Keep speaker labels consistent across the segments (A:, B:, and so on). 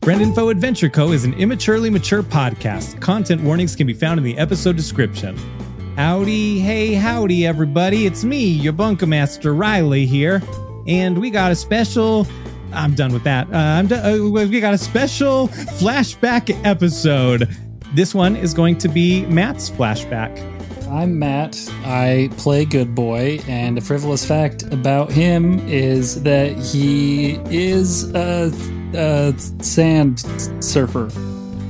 A: Brandinfo Adventure Co. is an immaturely mature podcast. Content warnings can be found in the episode description. Howdy, hey, howdy, everybody. It's me, your Bunker Master Riley here. And we got a special. I'm done with that. Uh, I'm done, uh, we got a special flashback episode. This one is going to be Matt's flashback.
B: I'm Matt. I play Good Boy, and a frivolous fact about him is that he is a, a sand surfer.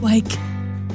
C: Like,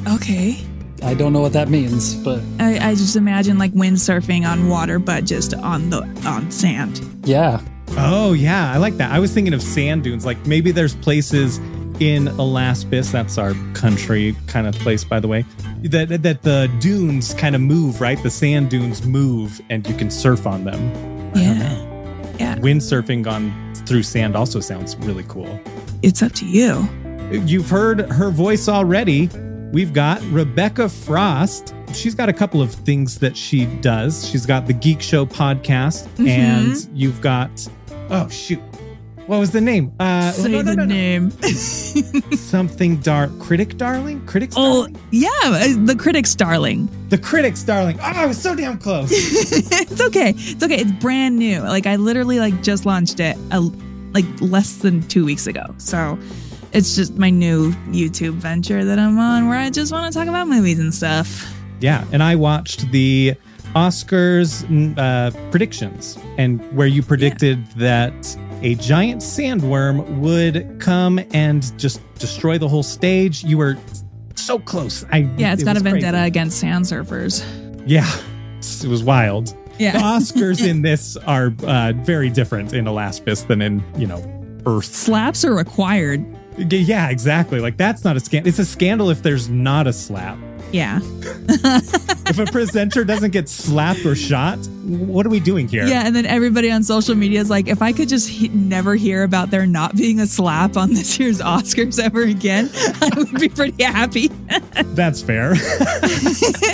C: okay.
B: I don't know what that means, but
C: I, I just imagine like windsurfing on water, but just on the on sand.
B: yeah,
A: Oh yeah, I like that. I was thinking of sand dunes. Like maybe there's places in Alaspis, that's our country kind of place, by the way, that that the dunes kind of move, right? The sand dunes move, and you can surf on them.
C: Yeah. Yeah.
A: Windsurfing on through sand also sounds really cool.
C: It's up to you.
A: You've heard her voice already. We've got Rebecca Frost. She's got a couple of things that she does. She's got the Geek Show podcast,
C: Mhm.
A: and you've got oh shoot, what was the name? Uh,
C: Say
A: no, no,
C: the
A: no, no.
C: name.
A: something dark. Critic darling, critics.
C: oh,
A: darling?
C: yeah. uh, The critic's darling.
A: the critics darling. Oh, I was so damn close.
C: it's okay. It's okay. It's brand new. Like I literally like just launched it a, like less than two weeks ago. So it's just my new YouTube venture that I'm on where I just want to talk about movies and stuff.
A: yeah, and I watched the Oscars mm, uh, predictions, and where you predicted that a giant sandworm would come and just destroy the whole stage. You were so close. I
C: Yeah, it's
A: it
C: got a
A: was crazy.
C: vendetta against sand surfers.
A: Yeah, it was wild. the
C: Yeah.
A: Oscars in this are uh, very different in Alaspis than in you know Earth.
C: Slaps are required.
A: Yeah, exactly. Like that's not a scandal. It's a scandal if there's not a slap.
C: Yeah.
A: if a presenter doesn't get slapped or shot, what are we doing here?
C: Yeah, and then everybody on social media is like, if I could just he- never hear about there not being a slap on this year's Oscars ever again, I would be pretty happy.
A: That's fair.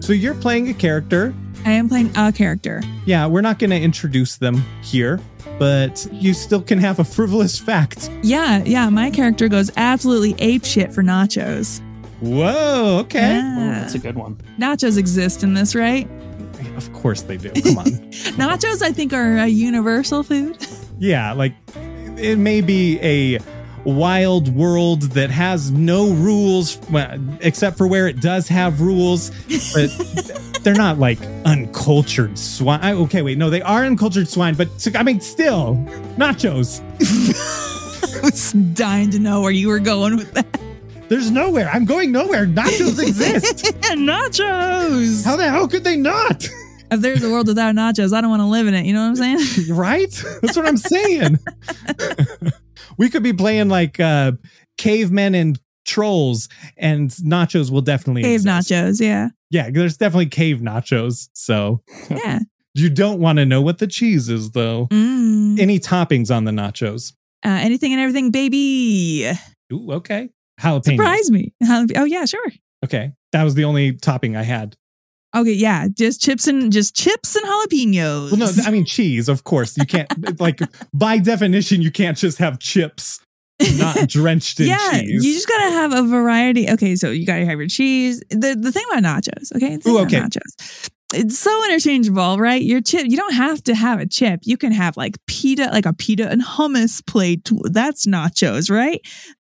A: so you're playing a character.
C: I am playing a character.
A: Yeah, we're not going to introduce them here, but you still can have a frivolous fact.
C: Yeah, yeah, my character goes absolutely apeshit for nachos.
A: Whoa, okay.
B: Ooh,
C: Yeah.
B: Oh, that's a good one.
C: nachos exist in this, right?
A: Of course they do. Come on.
C: Nachos, I think, are a universal food.
A: yeah, like it may be a wild world that has no rules well, except for where it does have rules but they're not like uncultured swine I- okay wait no they are uncultured swine but i mean still nachos
C: I was dying to know where you were going with that.
A: There's nowhere. I'm going nowhere. Nachos exist.
C: nachos!
A: How the hell could they not?
C: if there's a world without nachos, I don't want to live in it. You know what I'm saying?
A: Right? That's what I'm saying. we could be playing like uh cavemen and trolls, and nachos will definitely
C: Cave
A: exist.
C: nachos, yeah.
A: Yeah, there's definitely cave nachos. So
C: Yeah.
A: you don't want to know what the cheese is, though.
C: Mm.
A: Any toppings on the nachos?
C: uh, anything and everything, baby.
A: Ooh, okay. Jalapeno.
C: Surprise me. Huh? Oh yeah, sure.
A: Okay, that was the only topping I had.
C: Okay, yeah, just chips and just chips and jalapenos.
A: Well, no, I mean cheese. Of course, you can't. like by definition, you can't just have chips. not drenched in
C: yeah,
A: cheese.
C: you just gotta have a variety. Okay, so you gotta have your cheese. The the thing about nachos, okay, the thing
A: Ooh,
C: about
A: okay.
C: nachos. It's so interchangeable, right? Your chip, you don't have to have a chip. You can have like pita, like a pita and hummus plate. That's nachos, right?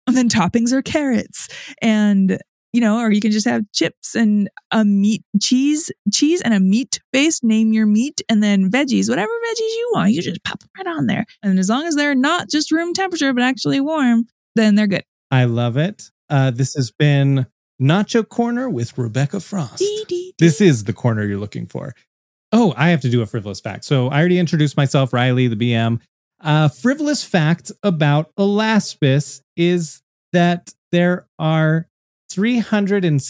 C: And then toppings are carrots, and you know, or you can just have chips and a meat cheese, cheese and a meat based. Name your meat, and then veggies, whatever veggies you want. You just pop them right on there, and as long as they're not just room temperature but actually warm, then they're good.
A: I love it. Uh, this has been Nacho Corner with Rebecca Frost.
C: Dee, dee, dee.
A: This is the corner you're looking for. Oh, I have to do a frivolous fact. So I already introduced myself, Riley, the BM. Uh, frivolous fact about Alaspis is that there are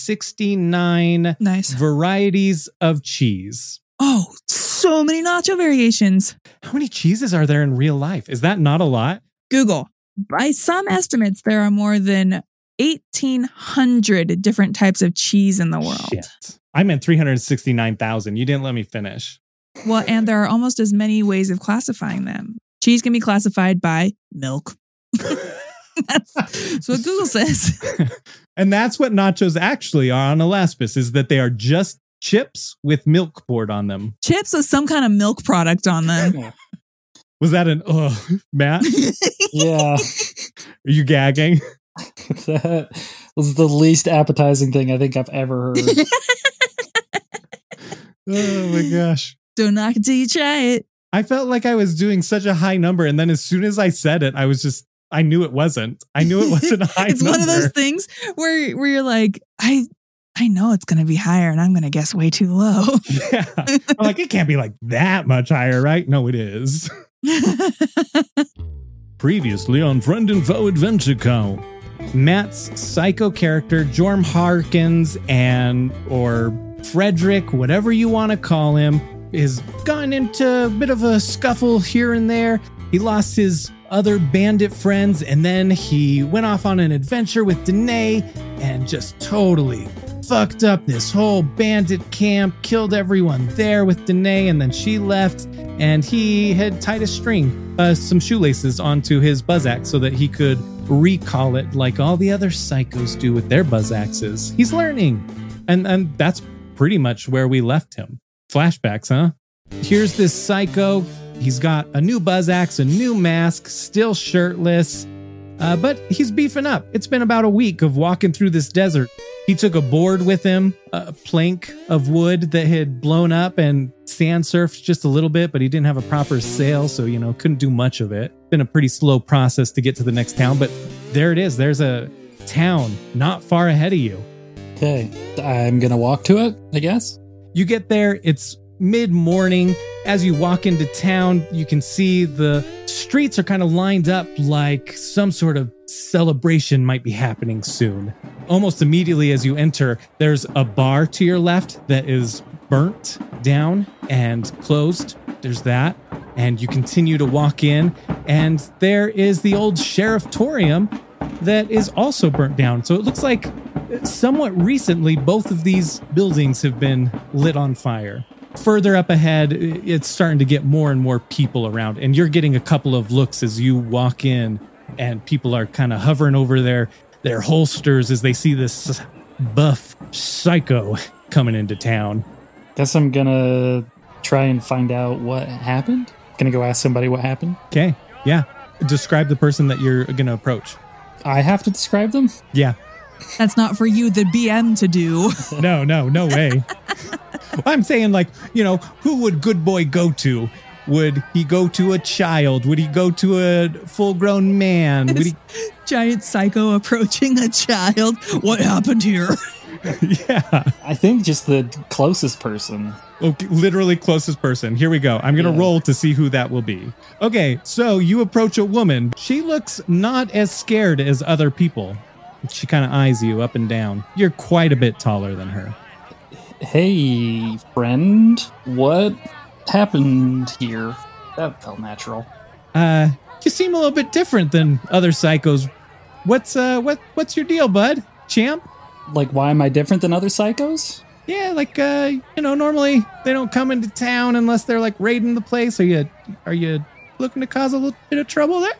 A: 369
C: nice.
A: varieties of cheese.
C: Oh, so many nacho variations.
A: How many cheeses are there in real life? Is that not a lot?
C: Google. By some estimates, there are more than 1,800 different types of cheese in the world.
A: Shit. I meant 369,000. You didn't let me finish.
C: Well, and there are almost as many ways of classifying them. Cheese can be classified by milk. That's what Google says.
A: And that's what nachos actually are on Alaspis is that they are just chips with milk poured on them.
C: Chips with some kind of milk product on them.
A: Was that an ugh, Matt?
B: yeah.
A: Are you gagging?
B: that was the least appetizing thing I think I've ever heard.
A: Oh my gosh.
C: Don't knock it till you try it.
A: I felt like I was doing such a high number. And then as soon as I said it, I was just, I knew it wasn't. I knew it wasn't a high
C: it's
A: number.
C: one of those things where where you're like, I I know it's gonna be higher and I'm gonna guess way too low.
A: yeah. I'm like, it can't be like that much higher, right? No, it is. Previously on Friend and Foe Adventure Co. Matt's psycho character, Jorm Harkins, and or Frederick, whatever you want to call him, has gotten into a bit of a scuffle here and there. He lost his other bandit friends, and then he went off on an adventure with Danae and just totally fucked up this whole bandit camp, killed everyone there with Danae, and then she left, and he had tied a string, uh, some shoelaces onto his buzz axe so that he could recall it like all the other psychos do with their buzz axes. He's learning. And and that's pretty much where we left him. Flashbacks, huh? Here's this psycho. He's got a new buzz axe, a new mask, still shirtless. Uh, but he's beefing up. It's been about a week of walking through this desert. He took a board with him, a plank of wood that had blown up and sand surfed just a little bit, but he didn't have a proper sail, so you know, couldn't do much of it. Been a pretty slow process to get to the next town, but there it is. There's a town not far ahead of you.
B: okay. I'm going to walk to it, I guess.
A: You get there, it's mid morning. As you walk into town, you can see the streets are kind of lined up like some sort of celebration might be happening soon. Almost immediately as you enter, there's a bar to your left that is burnt down and closed. There's that. And you continue to walk in, and there is the old Sherifftorium that is also burnt down. So it looks like somewhat recently, both of these buildings have been lit on fire. Further up ahead, i- it's starting to get more and more people around, and you're getting a couple of looks as you walk in, and people are kind of hovering over their their holsters as they see this buff psycho coming into town.
B: Guess I'm going to try and find out what happened. Going to go ask somebody what happened.
A: Okay, yeah. Describe the person that you're gonna approach.
B: I have to describe them.
A: Yeah.
C: That's not for you, the BM, to do.
A: No, no, no way. I'm saying, like, you know, who would good boy go to? Would he go to a child? Would he go to a full grown man? Would he,
C: Giant psycho approaching a child. What happened here?
A: yeah.
B: I think just the closest person.
A: Okay, oh, literally closest person. Here we go. I'm going to
B: Yeah.
A: roll to see who that will be. Okay, so you approach a woman. She looks not as scared as other people. She kind of eyes you up and down. You're quite a bit taller than her.
B: Hey, friend, what happened here? That felt natural.
A: Uh, you seem a little bit different than other psychos. What's uh what what's your deal, bud? Champ?
B: Like, why am I different than other psychos?
A: Yeah, like uh, you know, normally they don't come into town unless they're like raiding the place. Are you are you looking to cause a little bit of trouble there?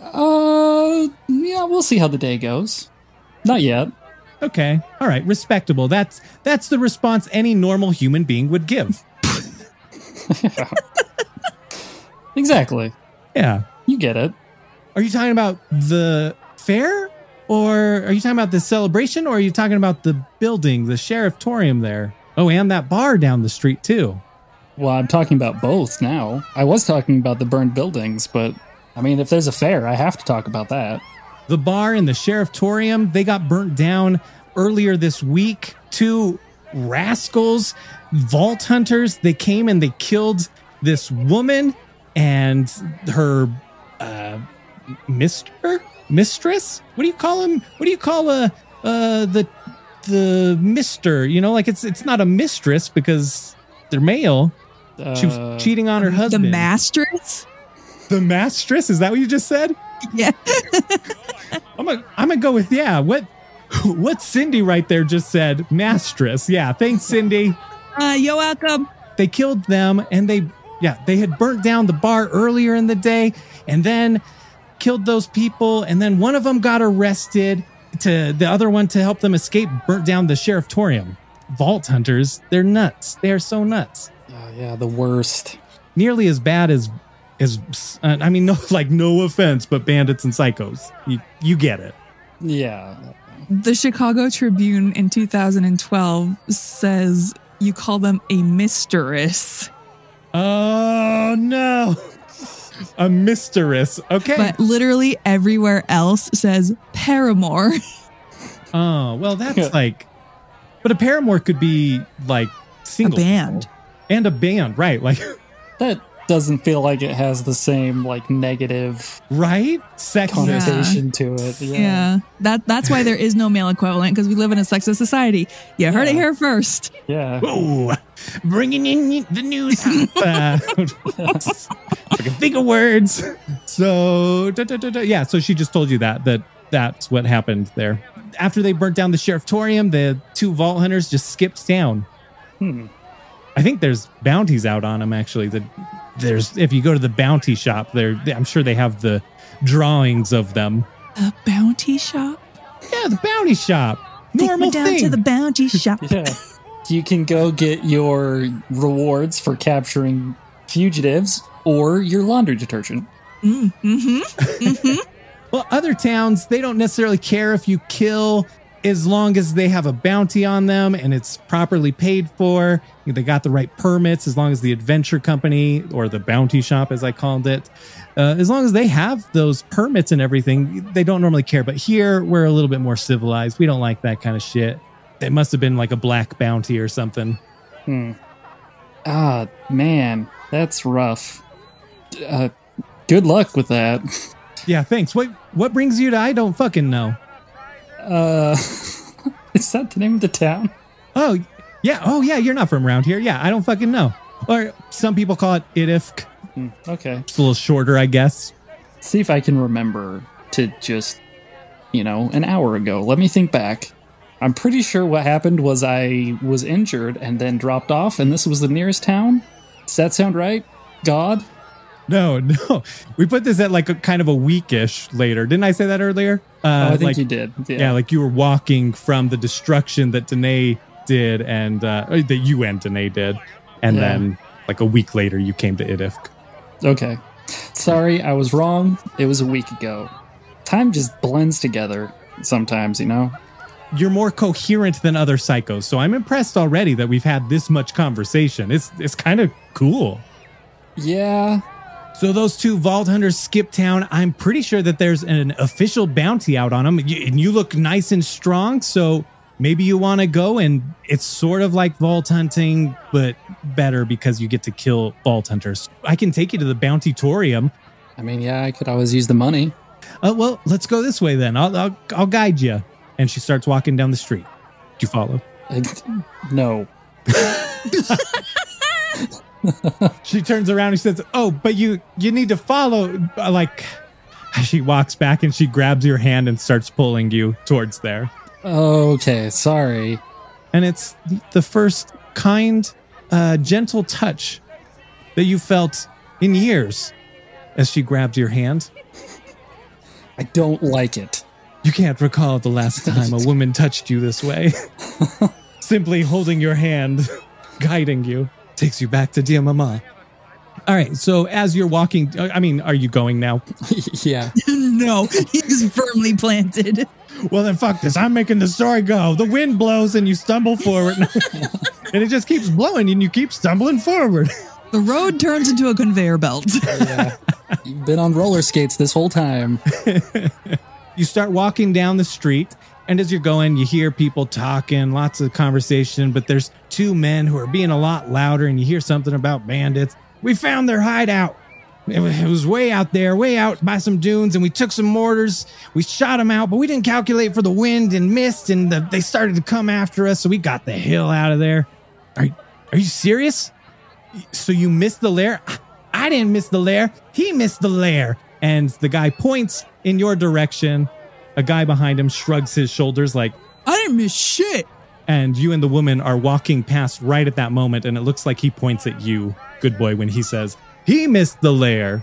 B: Uh, yeah, we'll see how the day goes. Not yet.
A: Okay. All right, respectable. That's that's the response any normal human being would give.
B: Exactly.
A: Yeah.
B: You get it.
A: Are you talking about the fair? Or are you talking about the celebration or are you talking about the building, the sherifftorium there? Oh, and that bar down the street too.
B: Well, I'm talking about both now. I was talking about the burned buildings, but I mean, if there's a fair, I have to talk about that.
A: The bar and the sherifftorium, they got burnt down earlier this week. Two rascals, vault hunters, they came and they killed this woman and her uh mister mistress what do you call him what do you call a uh the the mister you know like it's it's not a mistress because they're male
B: Uh,
A: she was cheating on her husband
C: The mastress?
A: the mistress is that what you just said
C: Yeah.
A: I'm gonna I'm gonna go with yeah. What what Cindy right there just said, Mastress. Yeah, thanks, Cindy.
C: Uh, you're welcome.
A: They killed them and they yeah, they had burnt down the bar earlier in the day, and then killed those people, and then one of them got arrested. To the other one to help them escape, burnt down the sherifftorium. Vault hunters, they're nuts. They are so nuts.
B: Oh, yeah, the worst.
A: Nearly as bad as as uh, I mean, no, like no offense, but bandits and psychos. You you get it.
B: Yeah.
C: The Chicago Tribune in 2012 says you call them a mistress,
A: Oh no, a mistress. Okay.
C: but literally everywhere else says paramour.
A: oh well, that's like, but a paramour could be like single
C: band.
A: people. and a band, right? Like
B: That doesn't feel like it has the same like negative
A: right, sexist.
B: connotation to it. Yeah.
C: That that's why there is no male equivalent because we live in a sexist society. You heard it
B: Yeah.
C: here first.
B: Yeah.
A: Whoa, bringing in the news. Uh, I can think of words. So, da, da, da, da. yeah, so she just told you that, that that's what happened there. After they burnt down the sherifftorium, the two vault hunters just skipped town.
B: Hmm.
A: I think there's bounties out on them, actually. The, there's If you go to the bounty shop, there, I'm sure they have the drawings of them.
C: A bounty shop.
A: Yeah, the bounty shop.
C: Take me
A: Normal
C: down
A: thing.
C: to the bounty shop.
B: Yeah. you can go get your rewards for capturing fugitives or your laundry detergent.
C: Mm-hmm.
A: Well, other towns, they don't necessarily care if you kill as long as they have a bounty on them and it's properly paid for. They got the right permits, as long as the adventure company or the bounty shop, as I called it, uh, as long as they have those permits and everything, they don't normally care. But here, we're a little bit more civilized. We don't like that kind of shit. It must have been like a black bounty or something.
B: Hmm. Ah, man, that's rough. Uh, good luck with that.
A: Yeah, thanks. What what brings you to I don't fucking know.
B: Uh, is that the name of the town?
A: Oh, yeah. Oh, yeah. You're not from around here. Yeah, I don't fucking know. Or some people call it Idifk.
B: Hmm, okay.
A: It's a little shorter, I guess.
B: See if I can remember to just, you know, an hour ago. Let me think back. I'm pretty sure what happened was I was injured and then dropped off, and this was the nearest town. Does that sound right? God?
A: No, no. We put this at like a kind of a weekish later. Didn't I say that earlier?
B: oh,
A: Uh,
B: I think
A: like,
B: you did. Yeah.
A: Yeah, like you were walking from the destruction that Danae did and uh, or that you and Danae did. And
B: Yeah.
A: then like a week later, you came to Idifk.
B: Okay. Sorry, I was wrong. It was a week ago. Time just blends together sometimes, you know?
A: You're more coherent than other psychos. So I'm impressed already that we've had this much conversation. It's, it's kind of cool.
B: Yeah.
A: So those two vault hunters skip town. I'm pretty sure that there's an official bounty out on them, Y- and you look nice and strong. So maybe you want to go, and it's sort of like vault hunting, but better because you get to kill vault hunters. I can take you to the bountytorium.
B: I mean, yeah, I could always use the money.
A: Uh, well, let's go this way then. I'll, I'll I'll guide you. And she starts walking down the street. Do you follow?
B: I, no.
A: She turns around and she says, "Oh, but you you need to follow." Uh, Like she walks back and she grabs your hand and starts pulling you towards there.
B: Okay, sorry.
A: and it's the first kind, uh, gentle touch that you felt in years as she grabbed your hand.
B: I don't like it.
A: You can't recall the last time a woman touched you this way. Simply holding your hand, guiding you, takes you back to dear mama. All right, so as you're walking, I mean, are you going now?
B: yeah.
C: no, he's firmly planted.
A: Well, then fuck this. I'm making the story go. The wind blows and you stumble forward, and it just keeps blowing and you keep stumbling forward.
C: The road turns into a conveyor belt.
B: yeah. You've been on roller skates this whole time.
A: you start walking down the street and as you're going you hear people talking lots of conversation but there's two men who are being a lot louder and you hear something about bandits we found their hideout it wa- it was way out there way out by some dunes and we took some mortars we shot them out but we didn't calculate for the wind and mist and the, they started to come after us so we got the hell out of there are, are you serious so you missed the lair? I didn't miss the lair. He missed the lair. And the guy points in your direction. A guy behind him shrugs his shoulders like,
C: I didn't miss shit.
A: and you and the woman are walking past right at that moment. And it looks like he points at you, good boy, when he says, he missed the lair.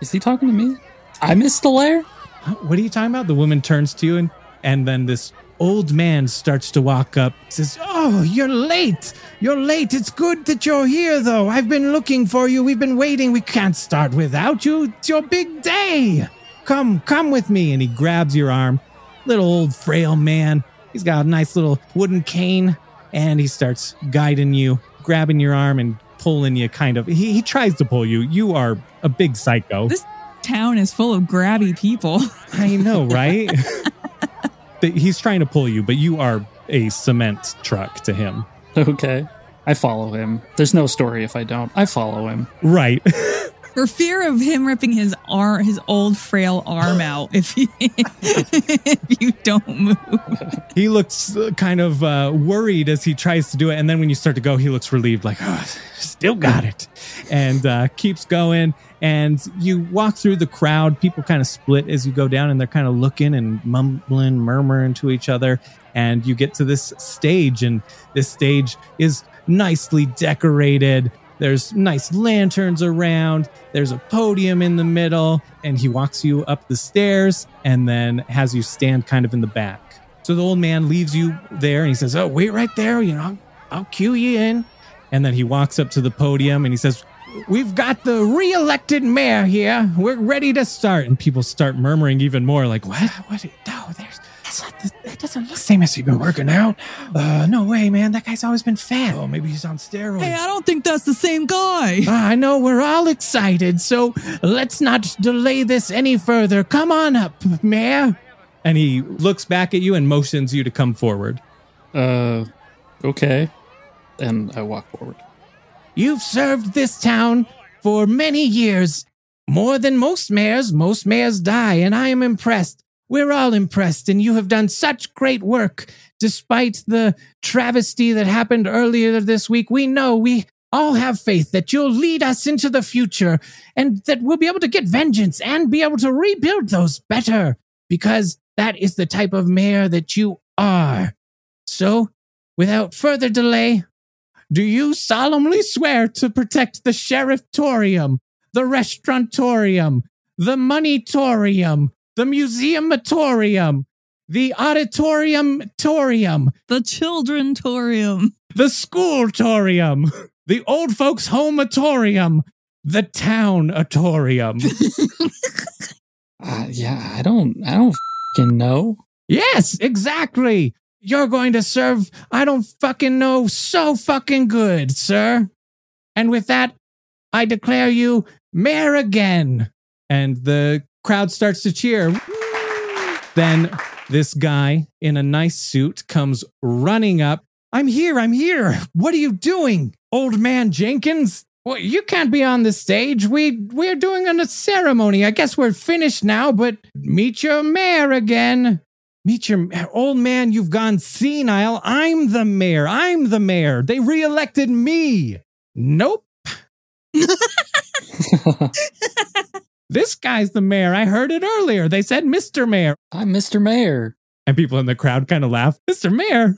B: Is he talking to me? I missed the lair?
A: Huh? What are you talking about? The woman turns to you and, and then this old man starts to walk up, says, Oh, you're late. You're late. It's good that you're here, though. I've been looking for you. We've been waiting. We can't start without you. It's your big day. Come, come with me. And he grabs your arm. Little old frail man. He's got a nice little wooden cane and he starts guiding you, grabbing your arm and pulling you kind of. He, he tries to pull you. You are a big psycho.
C: This- Town is full of grabby people.
A: I know, right? But he's trying to pull you, but you are a cement truck to him.
B: Okay. I follow him. There's no story if I don't. I follow him.
A: Right.
C: For fear of him ripping his arm, his old frail arm out if, he, if you don't move.
A: he looks uh, kind of uh, worried as he tries to do it. And then when you start to go, he looks relieved, like, oh, still got it. And uh, keeps going. And you walk through the crowd. People kind of split as you go down, and they're kind of looking and mumbling, murmuring to each other. And you get to this stage, and this stage is nicely decorated. There's nice lanterns around. There's a podium in the middle, and he walks you up the stairs and then has you stand kind of in the back. So the old man leaves you there and he says, Oh, wait right there. You know, I'll, I'll cue you in. And then he walks up to the podium and he says, We've got the reelected mayor here. We're ready to start. And people start murmuring even more, like, What? What? No, there's. That's not the, that doesn't look the same as he's been working out. Uh, no way, man. That guy's always been fat. Oh, maybe he's on steroids.
C: Hey, I don't think that's the same guy.
A: I know we're all excited, so let's not delay this any further. Come on up, Mayor. And he looks back at you and motions you to come forward.
B: Uh, okay. And I walk forward.
A: You've served this town for many years, more than most mayors. Most mayors die, and I am impressed. We're all impressed, and you have done such great work. Despite the travesty that happened earlier this week, we know we all have faith that you'll lead us into the future and that we'll be able to get vengeance and be able to rebuild those better because that is the type of mayor that you are. So, without further delay, do you solemnly swear to protect the Sherifftorium, the Restaurantorium, the Moneytorium, the Museumatorium, the Auditorium-torium,
C: The children torium.
A: the Schooltorium, the Old Folks Homeatorium, the Townatorium?
B: Uh, yeah, I don't, I don't fucking know.
A: Yes, exactly. You're going to serve, I don't fucking know, so fucking good, sir. And with that, I declare you mayor again. And the crowd starts to cheer. then this guy in a nice suit comes running up. I'm here, I'm here. What are you doing, old man Jenkins? Well, you can't be on the stage. We we're doing a ceremony. I guess we're finished now, but meet your mayor again. Meet your old man, you've gone senile. I'm the mayor. I'm the mayor. They reelected me. Nope. This guy's the mayor. I heard it earlier. They said Mr. Mayor.
B: I'm Mr. Mayor.
A: And people in the crowd kind of laugh. Mr. Mayor.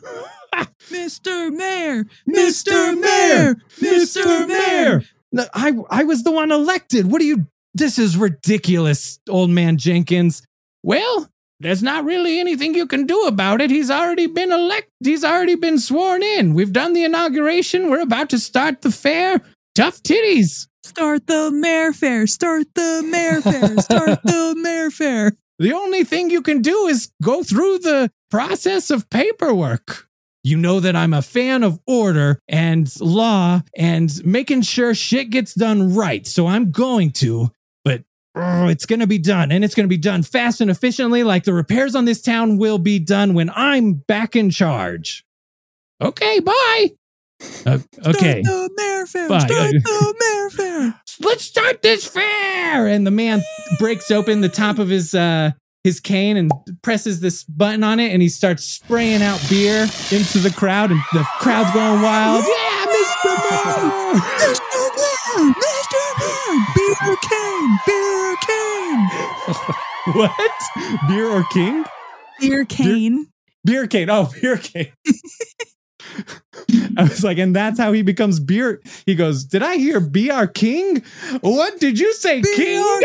C: Mr. Mayor.
A: Mr. Mayor. Mr. Mayor. No, I I was the one elected. What are you This is ridiculous, old man Jenkins. Well, there's not really anything you can do about it. He's already been elect. He's already been sworn in. We've done the inauguration. We're about to start the fair. Tough titties.
C: Start the mayor fair. Start the mayor fair. Start the mayor fair.
A: The only thing you can do is go through the process of paperwork. You know that I'm a fan of order and law and making sure shit gets done right. So I'm going to, but oh, it's going to be done and it's going to be done fast and efficiently. Like the repairs on this town will be done when I'm back in charge. Okay, bye. Uh, okay.
C: Start the mayor fair.
A: Bye.
C: Start the mayor fair.
A: let's start this fair and the man breaks open the top of his uh his cane and presses this button on it and he starts spraying out beer into the crowd and the crowd's going wild yeah mr Moore!
C: Mr. Mayor. Mr. Mayor. Beer cane. Beer cane.
A: what beer or king
C: Beer cane.
A: beer cane oh beer cane I was like, and that's how he becomes beer. He goes, Did I hear be our king? What did you say,
C: Be
A: king?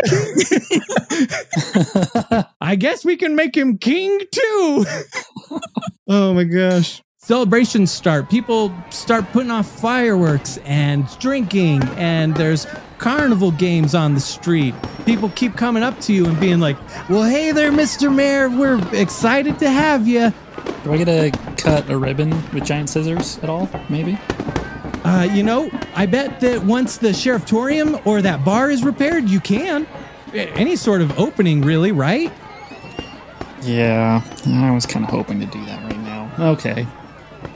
A: I guess we can make him king too. oh my gosh. Celebrations start. People start putting off fireworks and drinking, and there's carnival games on the street. People keep coming up to you and being like, Well, hey there, Mr. Mayor. We're excited to have you.
B: Do I get to cut a ribbon with giant scissors at all? Maybe.
A: Uh, you know, I bet that once the Sherifftorium or that bar is repaired, you can. A- Any sort of opening, really, right?
B: Yeah, I was kind of hoping to do that right now. Okay.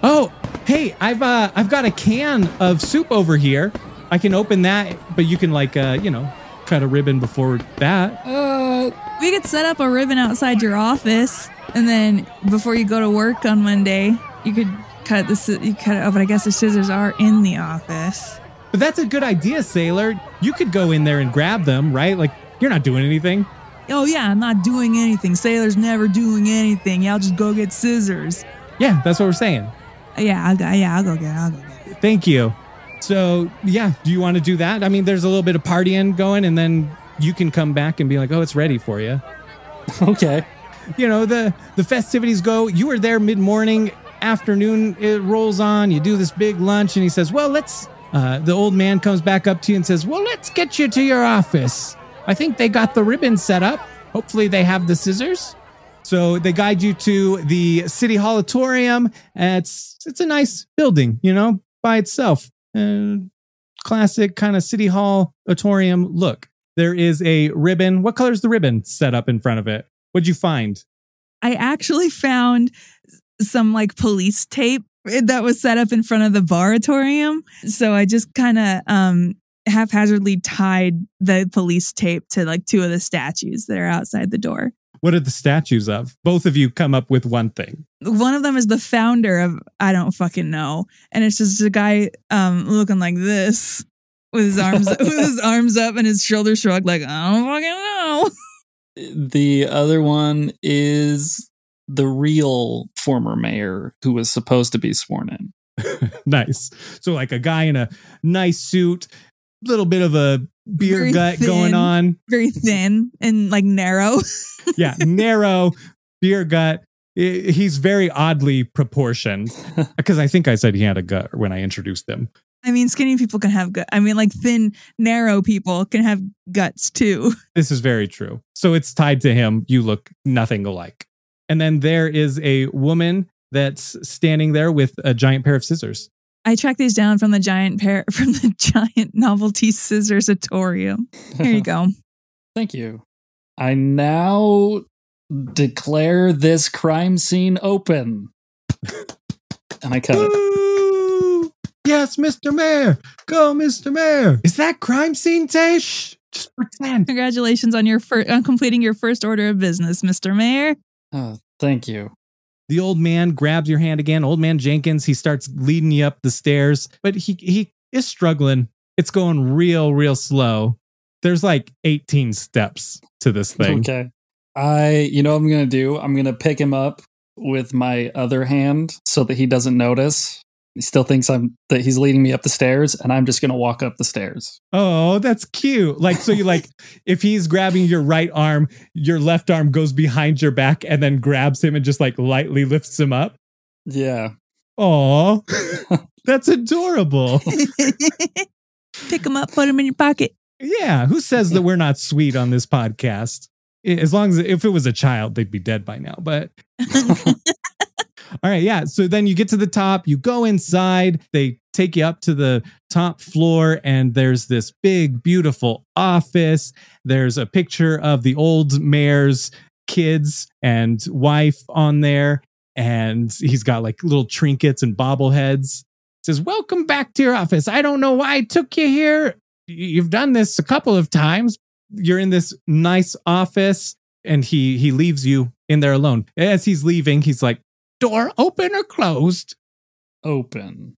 A: Oh, hey, I've uh, I've got a can of soup over here. I can open that, but you can like uh, you know, cut a ribbon before that.
B: Uh,
C: We could set up a ribbon outside your office, and then before you go to work on Monday, you could cut the sci- you cut it open. I guess the scissors are in the office.
A: But that's a good idea, Sailor. You could go in there and grab them, right? Like you're not doing anything.
C: Oh yeah, I'm not doing anything. Sailor's never doing anything. Y'all just go get scissors.
A: Yeah, that's what we're saying.
C: Yeah, I'll go. Yeah, I'll go get. It, I'll go get. It.
A: Thank you. So yeah, do you want to do that? I mean, there's a little bit of partying going, and then you can come back and be like, oh, it's ready for you.
B: okay.
A: you know the the festivities go you were there mid-morning afternoon it rolls on you do this big lunch and he says well let's uh, the old man comes back up to you and says well let's get you to your office i think they got the ribbon set up hopefully they have the scissors so they guide you to the city holitorium Uh, it's it's a nice building you know by itself uh, classic kind of city hall auditorium look there is a ribbon what color is the ribbon set up in front of it What'd you find?
C: I actually found some like police tape eh, that was set up in front of the baratorium. So I just kind of um haphazardly tied the police tape to like two of the statues that are outside the door.
A: What are the statues of? Both of you come up with one thing.
C: One of them is the founder of I don't fucking know, and it's just a guy um looking like this with his arms with his arms up and his shoulders shrugged like I don't fucking know.
B: The other one is the real former mayor who was supposed to be sworn in.
A: Nice. So like a guy in a nice suit, little bit of a beer
C: Very
A: gut
C: thin.
A: going on.
C: Very thin and like narrow.
A: Yeah, narrow beer gut. I- He's very oddly proportioned because I think I said he had a gut when I introduced him.
C: I mean, skinny people can have gut. I mean, like thin, narrow people can have guts too.
A: This is very true. So it's tied to him. You look nothing alike. And then there is a woman that's standing there with a giant pair of scissors.
C: I tracked these down from the giant pair from the giant novelty scissors atorium. Here you go.
B: Thank you. I now declare this crime scene open. and I cut it.
A: Boo! Yes, Mr. Mayor. Go, Mr. Mayor. Is that crime scene, Tay? Shh, Just pretend.
C: Congratulations on your fir- on completing your first order of business, Mr. Mayor.
B: Oh, thank you.
A: The old man grabs your hand again. Old man Jenkins, he starts leading you up the stairs, but he he is struggling. It's going real, real slow. There's like 18 steps to this thing.
B: Okay. I, you know what I'm going to do? I'm going to pick him up with my other hand so that he doesn't notice. He still thinks I'm that he's leading me up the stairs and I'm just going to walk up the stairs.
A: Oh, that's cute. Like, so you like, if he's grabbing your right arm, your left arm goes behind your back and then grabs him and just like lightly lifts him up.
B: Yeah.
A: Oh, that's adorable.
C: Pick them up, put them in your pocket.
A: Yeah, who says that we're not sweet on this podcast? I- As long as if it was a child, they'd be dead by now. But all right, yeah. So then you get to the top, you go inside, they take you up to the top floor, and there's this big, beautiful office. There's a picture of the old mayor's kids and wife on there, and he's got like little trinkets and bobbleheads. It says, Welcome back to your office. I don't know why I took you here you've done this a couple of times you're in this nice office and he he leaves you in there alone as he's leaving he's like door open or closed
B: Open.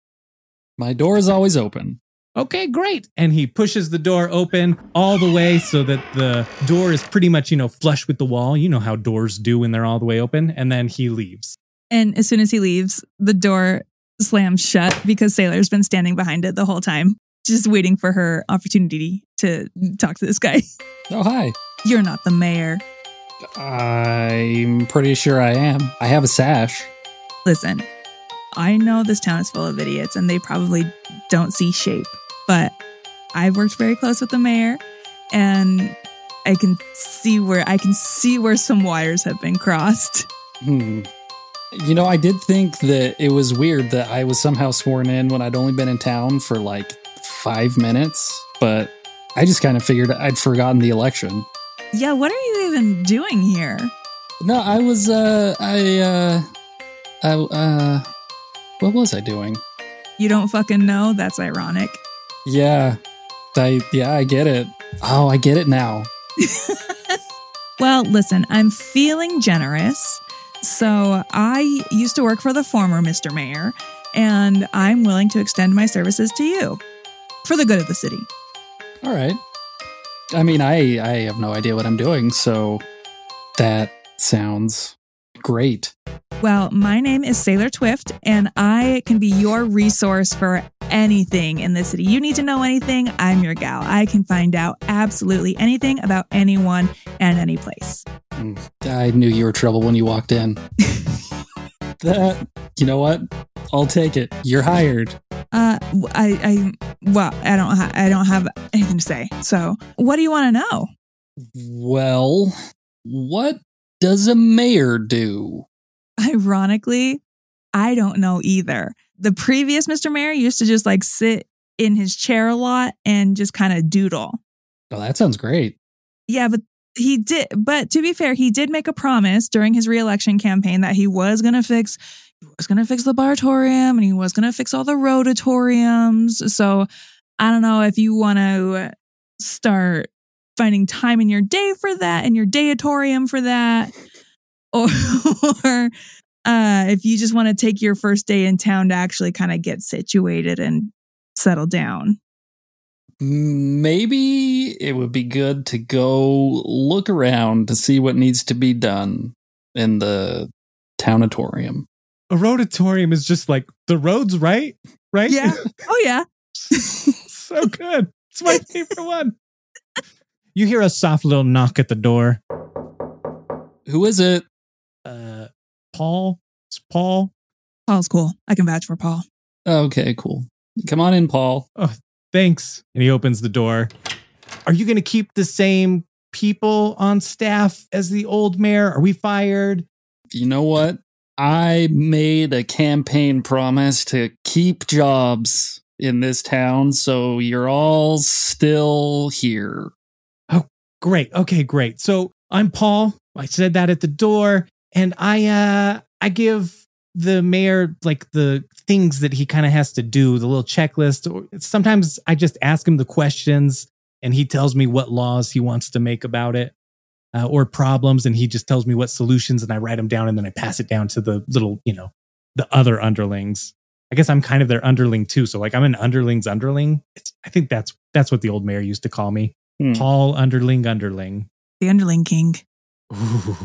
B: My door is always open.
A: okay great and he pushes the door open all the way so that the door is pretty much you know flush with the wall you know how doors do when they're all the way open and then he leaves
C: And as soon as he leaves, the door slams shut because Sailor's been standing behind it the whole time, just waiting for her opportunity to talk to this guy.
B: Oh, hi.
C: You're not the mayor.
B: I'm pretty sure I am. I have a sash.
C: Listen, I know this town is full of idiots and they probably don't see shape, but I've worked very close with the mayor and I can see where I can see where some wires have been crossed.
B: Hmm. You know, I did think that it was weird that I was somehow sworn in when I'd only been in town for like five minutes, but I just kind of figured I'd forgotten the election.
C: Yeah, what are you even doing here?
B: No, I was, uh, I, uh, I, uh, what was I doing?
C: You don't fucking know? That's ironic.
B: Yeah, I, yeah, I get it. Oh, I get it now.
C: Well, listen, I'm feeling generous. So I used to work for the former Mr. Mayor, and I'm willing to extend my services to you for the good of the city.
B: All right. I mean, I, I have no idea what I'm doing, so that sounds great.
C: Well, my name is Sailor Twift, and I can be your resource for anything in the city. You need to know anything, I'm your gal. I can find out absolutely anything about anyone and any place.
B: I knew you were trouble when you walked in. that, you know what? I'll take it. You're hired.
C: Uh, w- I, I, well, I don't, ha- I don't have anything to say. So, what do you want to know?
B: Well, what does a mayor do?
C: Ironically, I don't know either. The previous Mr. Mayor used to just like sit in his chair a lot and just kind of doodle.
B: Oh, that sounds great.
C: Yeah, but he did. But to be fair, he did make a promise during his reelection campaign that he was going to fix, he was going to fix the baratorium and he was going to fix all the rotatoriums. So I don't know if you want to start finding time in your day for that and your dayatorium for that, or, or uh, if you just want to take your first day in town to actually kind of get situated and settle down.
B: Maybe it would be good to go look around to see what needs to be done in the townatorium.
A: A rotatorium is just like the roads, right? Right?
C: Yeah. Oh yeah.
A: so good. It's my favorite one. You hear a soft little knock at the door.
B: Who is it?
A: Uh, Paul? It's Paul.
C: Paul's cool. I can vouch for Paul.
B: Okay, cool. Come on in, Paul.
A: Thanks. And he opens the door. Are you going to keep the same people on staff as the old mayor? Are we fired?
B: You know what? I made a campaign promise to keep jobs in this town, so you're all still here.
A: Great. Okay, great. So I'm Paul. I said that at the door, and I uh I give the mayor like the things that he kind of has to do, the little checklist. Or sometimes I just ask him the questions, and he tells me what laws he wants to make about it, uh, or problems, and he just tells me what solutions, and I write them down, and then I pass it down to the little, you know, the other underlings. I guess I'm kind of their underling too. So like I'm an underling's underling. It's, I think that's that's what the old mayor used to call me.
B: Hmm.
A: Paul Underling Underling.
C: The Underling King.
A: Ooh,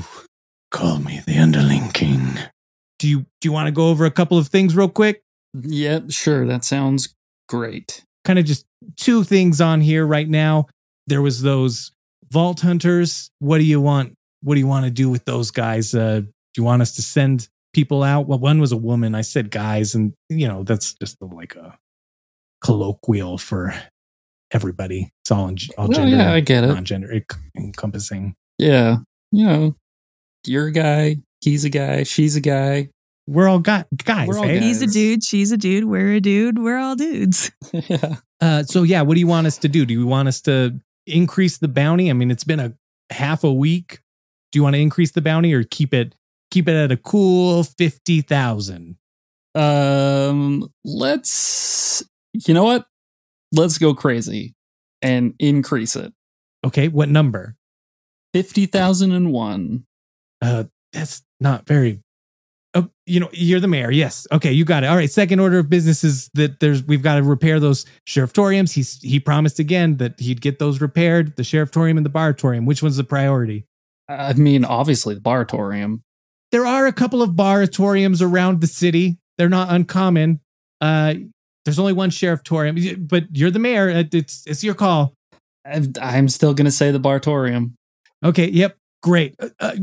A: call me the Underling King. Do you do you want to go over a couple of things real quick?
B: Yep, sure. That sounds great.
A: Kind of just two things on here right now. There was those vault hunters. What do you want? What do you want to do with those guys? Uh, do you want us to send people out? Well, one was a woman. I said guys, and you know that's just like a colloquial for everybody. It's all in all
B: Well,
A: gender,
B: yeah, I get it.
A: non-gender enc- encompassing.
B: Yeah, you know, you're a guy, he's a guy, she's a guy.
A: We're all got guys.
B: We're all
A: eh?
B: guys.
C: He's a dude. She's a dude. We're a dude. We're all dudes.
B: yeah.
A: Uh, so yeah, what do you want us to do? Do you want us to increase the bounty? I mean, it's been a half a week. Do you want to increase the bounty or keep it keep it at a cool fifty thousand?
B: Um, let's, you know what? Let's go crazy and increase it.
A: Okay, what number?
B: 50,001.
A: Uh, that's not very. Oh, you know, you're the mayor. Yes. Okay, you got it. All right. Second order of business is that there's we've got to repair those sherifftoriums. He's he promised again that he'd get those repaired. The sherifftorium and the baratorium. Which one's the priority?
B: I mean, obviously, the baratorium.
A: There are a couple of baratoriums around the city They're not uncommon. Uh, there's only one sheriff torium, but you're the mayor. It- It's it's your call.
B: I've- I'm still gonna say the Bartorium.
A: Okay. Yep. Great. Uh, uh,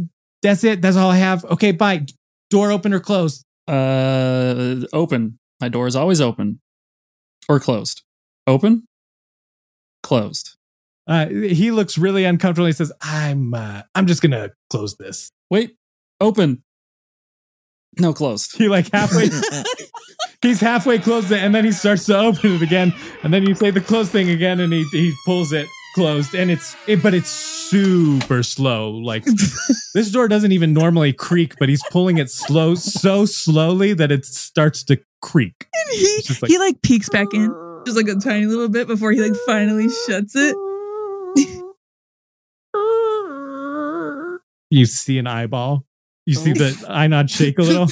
A: that's it. That's all I have. Okay. Bye. Door open or closed.
B: Uh, open. My door is always open or closed. Open, closed.
A: Uh, he looks really uncomfortable. He says, "I'm uh, I'm just gonna close this."
B: Wait, open. No, closed.
A: He like halfway. he's halfway closed it, and then he starts to open it again, and then you say the close thing again, and he he pulls it closed, and it's it, but it's super slow. Like this door doesn't even normally creak, but he's pulling it slow, so slowly that it starts to creak.
C: And he
A: It's just like-
C: he like peeks back in just like a tiny little bit before he like finally shuts it.
A: You see an eyeball. You see the eye nod shake a little,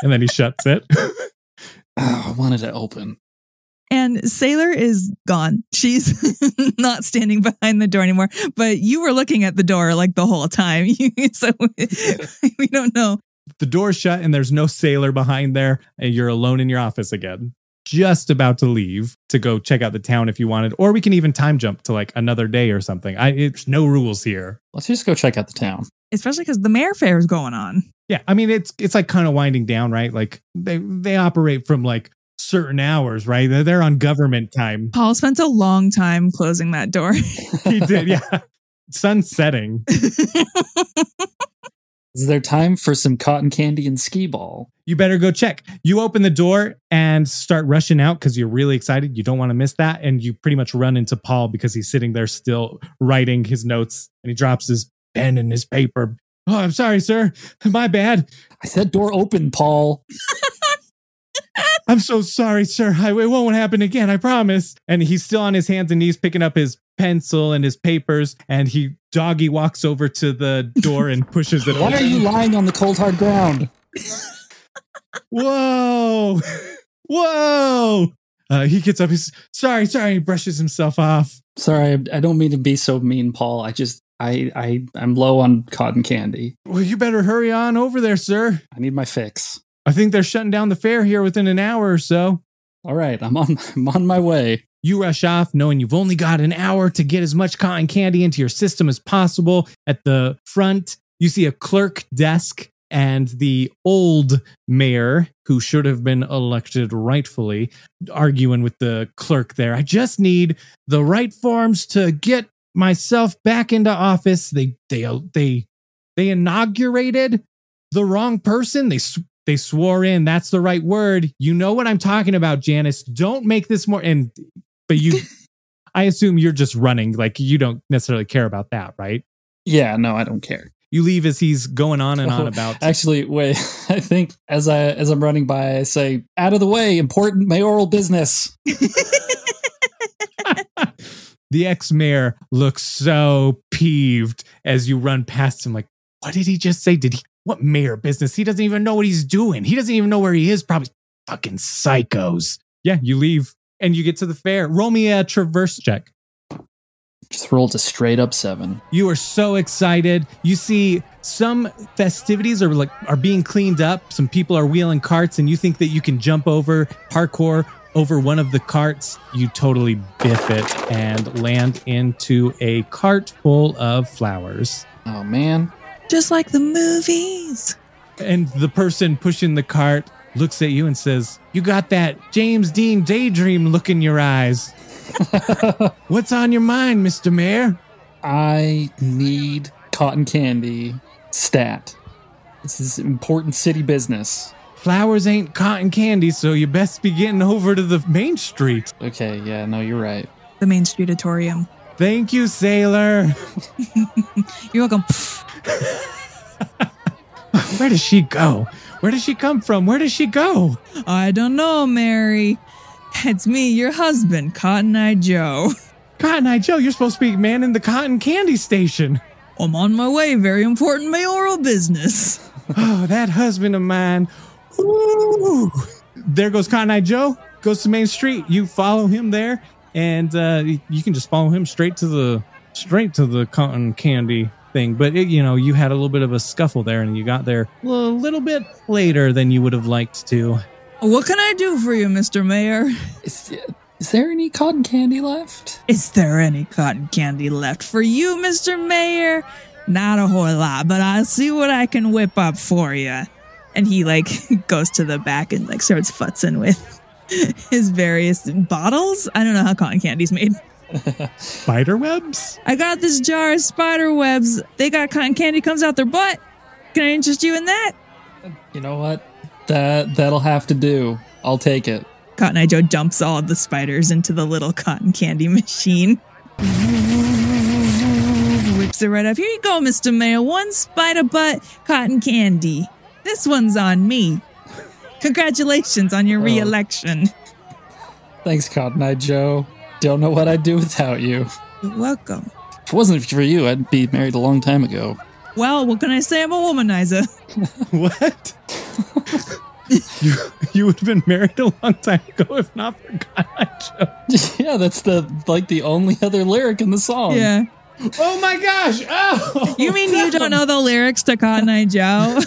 A: and then he shuts it.
B: Oh, I wanted to open.
C: and Sailor is gone. She's not standing behind the door anymore. But you were looking at the door like the whole time. so we don't know.
A: the door's shut and there's no sailor behind there and you're alone in your office again just about to leave to go check out the town if you wanted or we can even time jump to like another day or something i it's no rules here
B: Let's just go check out the town.
C: Especially because the mayor fair is going on.
A: yeah i mean it's it's like kind of winding down right like they they operate from like certain hours right they're, they're on government time
C: Paul spent a long time closing that door.
A: he did yeah sun setting
B: Is there time for some cotton candy and skee ball?
A: you better go check. You open the door and start rushing out because you're really excited. You don't want to miss that. And you pretty much run into Paul because he's sitting there still writing his notes and he drops his pen and his paper. Oh, I'm sorry, sir. My bad.
B: I said door open, Paul.
A: I'm so sorry, sir. I, it won't happen again. I promise. And he's still on his hands and knees picking up his pencil and his papers. And he doggy walks over to the door and pushes it
B: Why are
A: open.
B: you lying on the cold hard ground?
A: whoa whoa uh, he gets up he's sorry sorry he brushes himself off
B: Sorry, I, I don't mean to be so mean, Paul. I just I I I'm low on cotton candy.
A: well you better hurry on over there sir
B: I need my fix.
A: i think they're shutting down the fair here within an hour or so
B: All right, I'm on I'm on my way.
A: you rush off knowing you've only got an hour to get as much cotton candy into your system as possible at the front you see a clerk desk and the old mayor who should have been elected rightfully arguing with the clerk there i just need the right forms to get myself back into office they they they they inaugurated the wrong person they sw- they swore in that's the right word you know what i'm talking about janice don't make this more and but you i assume you're just running like you don't necessarily care about that right
B: Yeah, no, I don't care.
A: you leave as he's going on and on
B: Oh,
A: about
B: Actually, wait. I think as I as I'm running by, I say, "Out of the way, important mayoral business."
A: the ex-mayor looks so peeved as you run past him like what did he just say did he what mayor business he doesn't even know what he's doing he doesn't even know where he is probably fucking psychos yeah you leave and you get to the fair roll me a traverse check
B: Just rolled a straight up seven.
A: You are so excited. You see some festivities are like are being cleaned up. Some people are wheeling carts and you think that you can jump over parkour over one of the carts. You totally biff it and land into a cart full of flowers.
B: Oh man,
C: Just like the movies.
A: And the person pushing the cart looks at you and says, "You got that James Dean daydream look in your eyes. What's on your mind, Mr. Mayor?"
B: I need cotton candy stat. This is important city business.
A: Flowers ain't cotton candy, so you best be getting over to the main street.
B: Okay, yeah, no, you're right.
C: The Main Street Auditorium.
A: Thank you, sailor.
C: You're welcome.
A: Where does she go? Where does she come from? Where does she go?
C: I don't know, Mary. It's me, your husband, Cotton Eye Joe.
A: Cotton Eye Joe, you're supposed to be man in the cotton candy station.
C: I'm on my way. Very important mayoral business.
A: Oh, that husband of mine. Ooh. There goes Cotton Eye Joe. Goes to Main Street. You follow him there, and uh, you can just follow him straight to the straight to the cotton candy thing. But it, you know, you had a little bit of a scuffle there, and you got there a little bit later than you would have liked to.
C: What can I do for you, Mr. Mayor?
B: Is, is there any cotton candy left?
C: Is there any cotton candy left for you, Mr. Mayor? Not a whole lot, but I'll see what I can whip up for you. And he like goes to the back and like starts futzing with his various bottles. I don't know how cotton candy's made.
A: Spider webs?
C: I got this jar of spider webs. They got cotton candy comes out their butt. Can I interest you in that?
B: You know what? That that'll have to do. I'll take it.
C: Cotton Eye Joe dumps all of the spiders into the little cotton candy machine. Whips it right up. Here you go, Mr. Mayor. One spider butt cotton candy. This one's on me. Congratulations on your
B: Oh.
C: reelection.
B: Thanks, Cotton Eye Joe. Don't know what I'd do without you.
C: You're welcome.
B: If it wasn't for you, I'd be married a long time ago.
C: Well, what can I say? I'm a womanizer.
A: What? you, you would have been married a long time ago if not for God.
B: yeah, that's the like the only other lyric in the song.
C: yeah.
A: Oh my gosh! Oh,
C: You mean you don't know the lyrics to Cotton Eye Joe?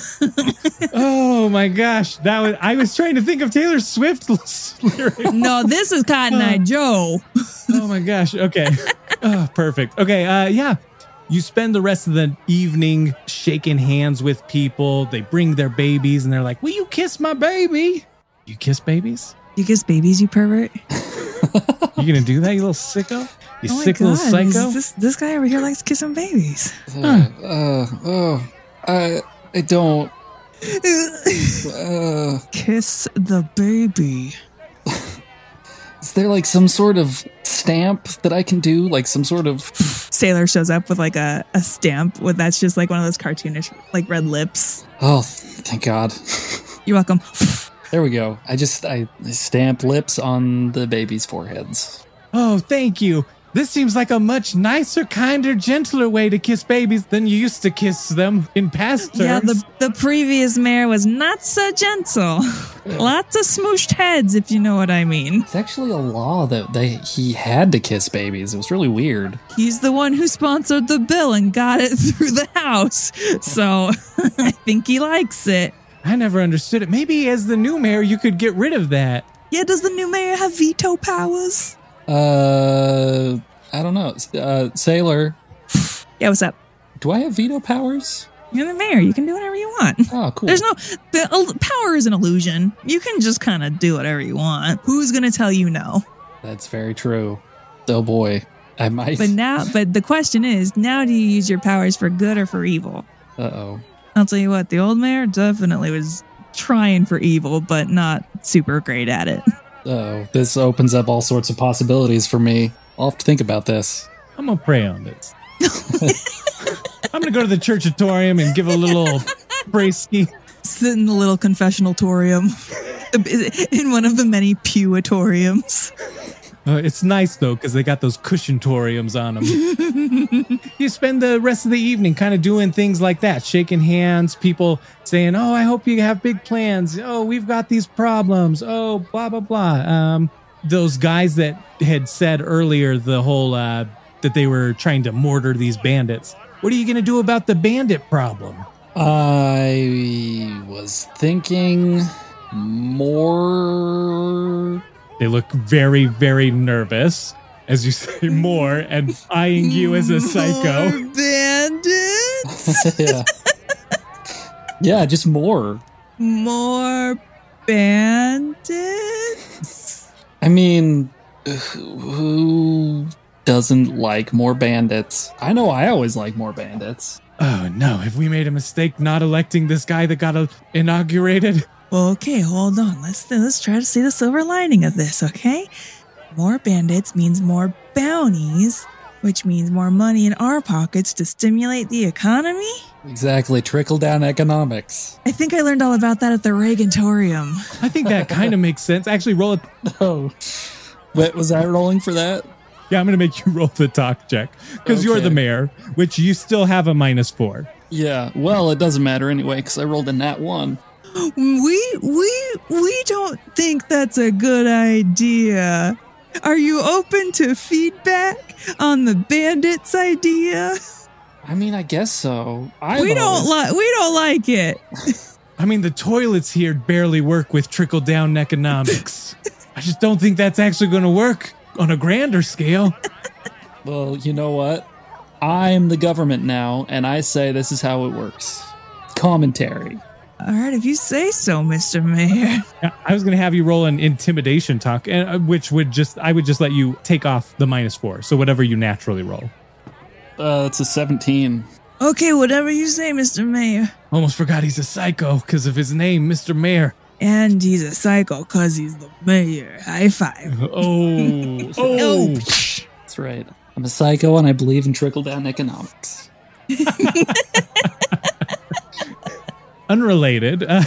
A: Oh my gosh! That was I was trying to think of Taylor Swift's lyrics.
C: no, this is Cotton Eye Joe.
A: oh my gosh. Okay. Oh, perfect. Okay. Uh, yeah. You spend the rest of the evening shaking hands with people. They bring their babies and they're like, Will you kiss my baby? You kiss babies?
C: You kiss babies, you pervert.
A: You gonna do that, you little sicko? You
C: Oh my
A: sick little
C: God,
A: psycho?
C: This, this guy over here likes kissing babies.
B: Uh, uh, oh, I I don't. Uh,
C: Kiss the baby.
B: is there like some sort of stamp that I can do? Like some sort of
C: Sailor shows up with like a, a stamp with that's just like one of those cartoonish like red lips.
B: oh, thank God.
C: You're welcome.
B: There we go. I just I stamp lips on the baby's foreheads.
A: Oh, thank you. This seems like a much nicer, kinder, gentler way to kiss babies than you used to kiss them in past terms.
C: Yeah, the, the previous mayor was not so gentle. Lots of smooshed heads, if you know what I mean.
B: It's actually a law that they he had to kiss babies. It was really weird.
C: He's the one who sponsored the bill and got it through the house. So I think he likes it.
A: I never understood it. Maybe as the new mayor, you could get rid of that.
C: Yeah, does the new mayor have veto powers?
B: Uh, I don't know. Uh, Sailor,
C: Yeah, what's up?
B: do I have veto powers?
C: You're the mayor. You can do whatever you want.
B: Oh, cool.
C: There's no the il- power is an illusion. You can just kind of do whatever you want. Who's gonna tell you no?
B: That's very true. Oh boy, I might.
C: But now, but the question is, now do you use your powers for good or for evil?
B: Uh oh.
C: I'll tell you what, the old mayor definitely was trying for evil, but not super great at it.
B: Oh, this opens up all sorts of possibilities for me. I'll have to think about this.
A: I'm gonna pray on this. I'm gonna go to the churchatorium and give a little brasky.
C: Sit in the little confessionaltorium, in one of the many pewatoriums.
A: Uh, it's nice though because they got those cushiontoriums on them. you spend the rest of the evening kind of doing things like that, shaking hands, people saying, "Oh, I hope you have big plans. Oh, we've got these problems. Oh, blah blah blah." Um, those guys that had said earlier the whole uh, that they were trying to mortar these bandits. What are you gonna do about the bandit problem?
B: I was thinking more.
A: They look very, very nervous as you say more and eyeing you as a psycho.
C: More bandits.
B: yeah. yeah, just more.
C: More bandits.
B: I mean, uh, who doesn't like more bandits? I know I always like more bandits.
A: Oh no, have we made a mistake not electing this guy that got uh, inaugurated?
C: Well, okay, hold on. Let's let's try to see the silver lining of this, okay? More bandits means more bounties, which means more money in our pockets to stimulate the economy.
B: Exactly, trickle down economics.
C: I think I learned all about that at the Reagantorium.
A: I think that kind of makes sense. Actually, roll it.
B: Oh. What was I rolling for that?
A: Yeah, I'm going to make you roll the talk check because you're the
B: Okay.
A: mayor, which you still have a minus four.
B: Yeah, well, it doesn't matter anyway because I rolled a nat one.
C: We we we don't think that's a good idea. Are you open to feedback on the bandits idea?
B: I mean, I guess so. I
C: we don't like we don't like it.
A: I mean, the toilets here barely work with trickle down economics. I just don't think that's actually going to work on a grander scale.
B: Well, you know what? I'm the government now, and I say this is how it works. Commentary.
C: All right, if you say so, Mr. Mayor.
A: Now, I was going to have you roll an intimidation talk, and- uh, which would just, I would just let you take off the minus four. So whatever you naturally roll.
B: Uh, it's a 17.
C: Okay, whatever you say, Mr. Mayor.
A: Almost forgot he's a psycho because of his name, Mr. Mayor.
C: And he's a psycho cause he's the mayor. High five.
A: Oh, oh.
B: That's right. I'm a psycho, and I believe in trickle down economics.
A: Unrelated. Uh,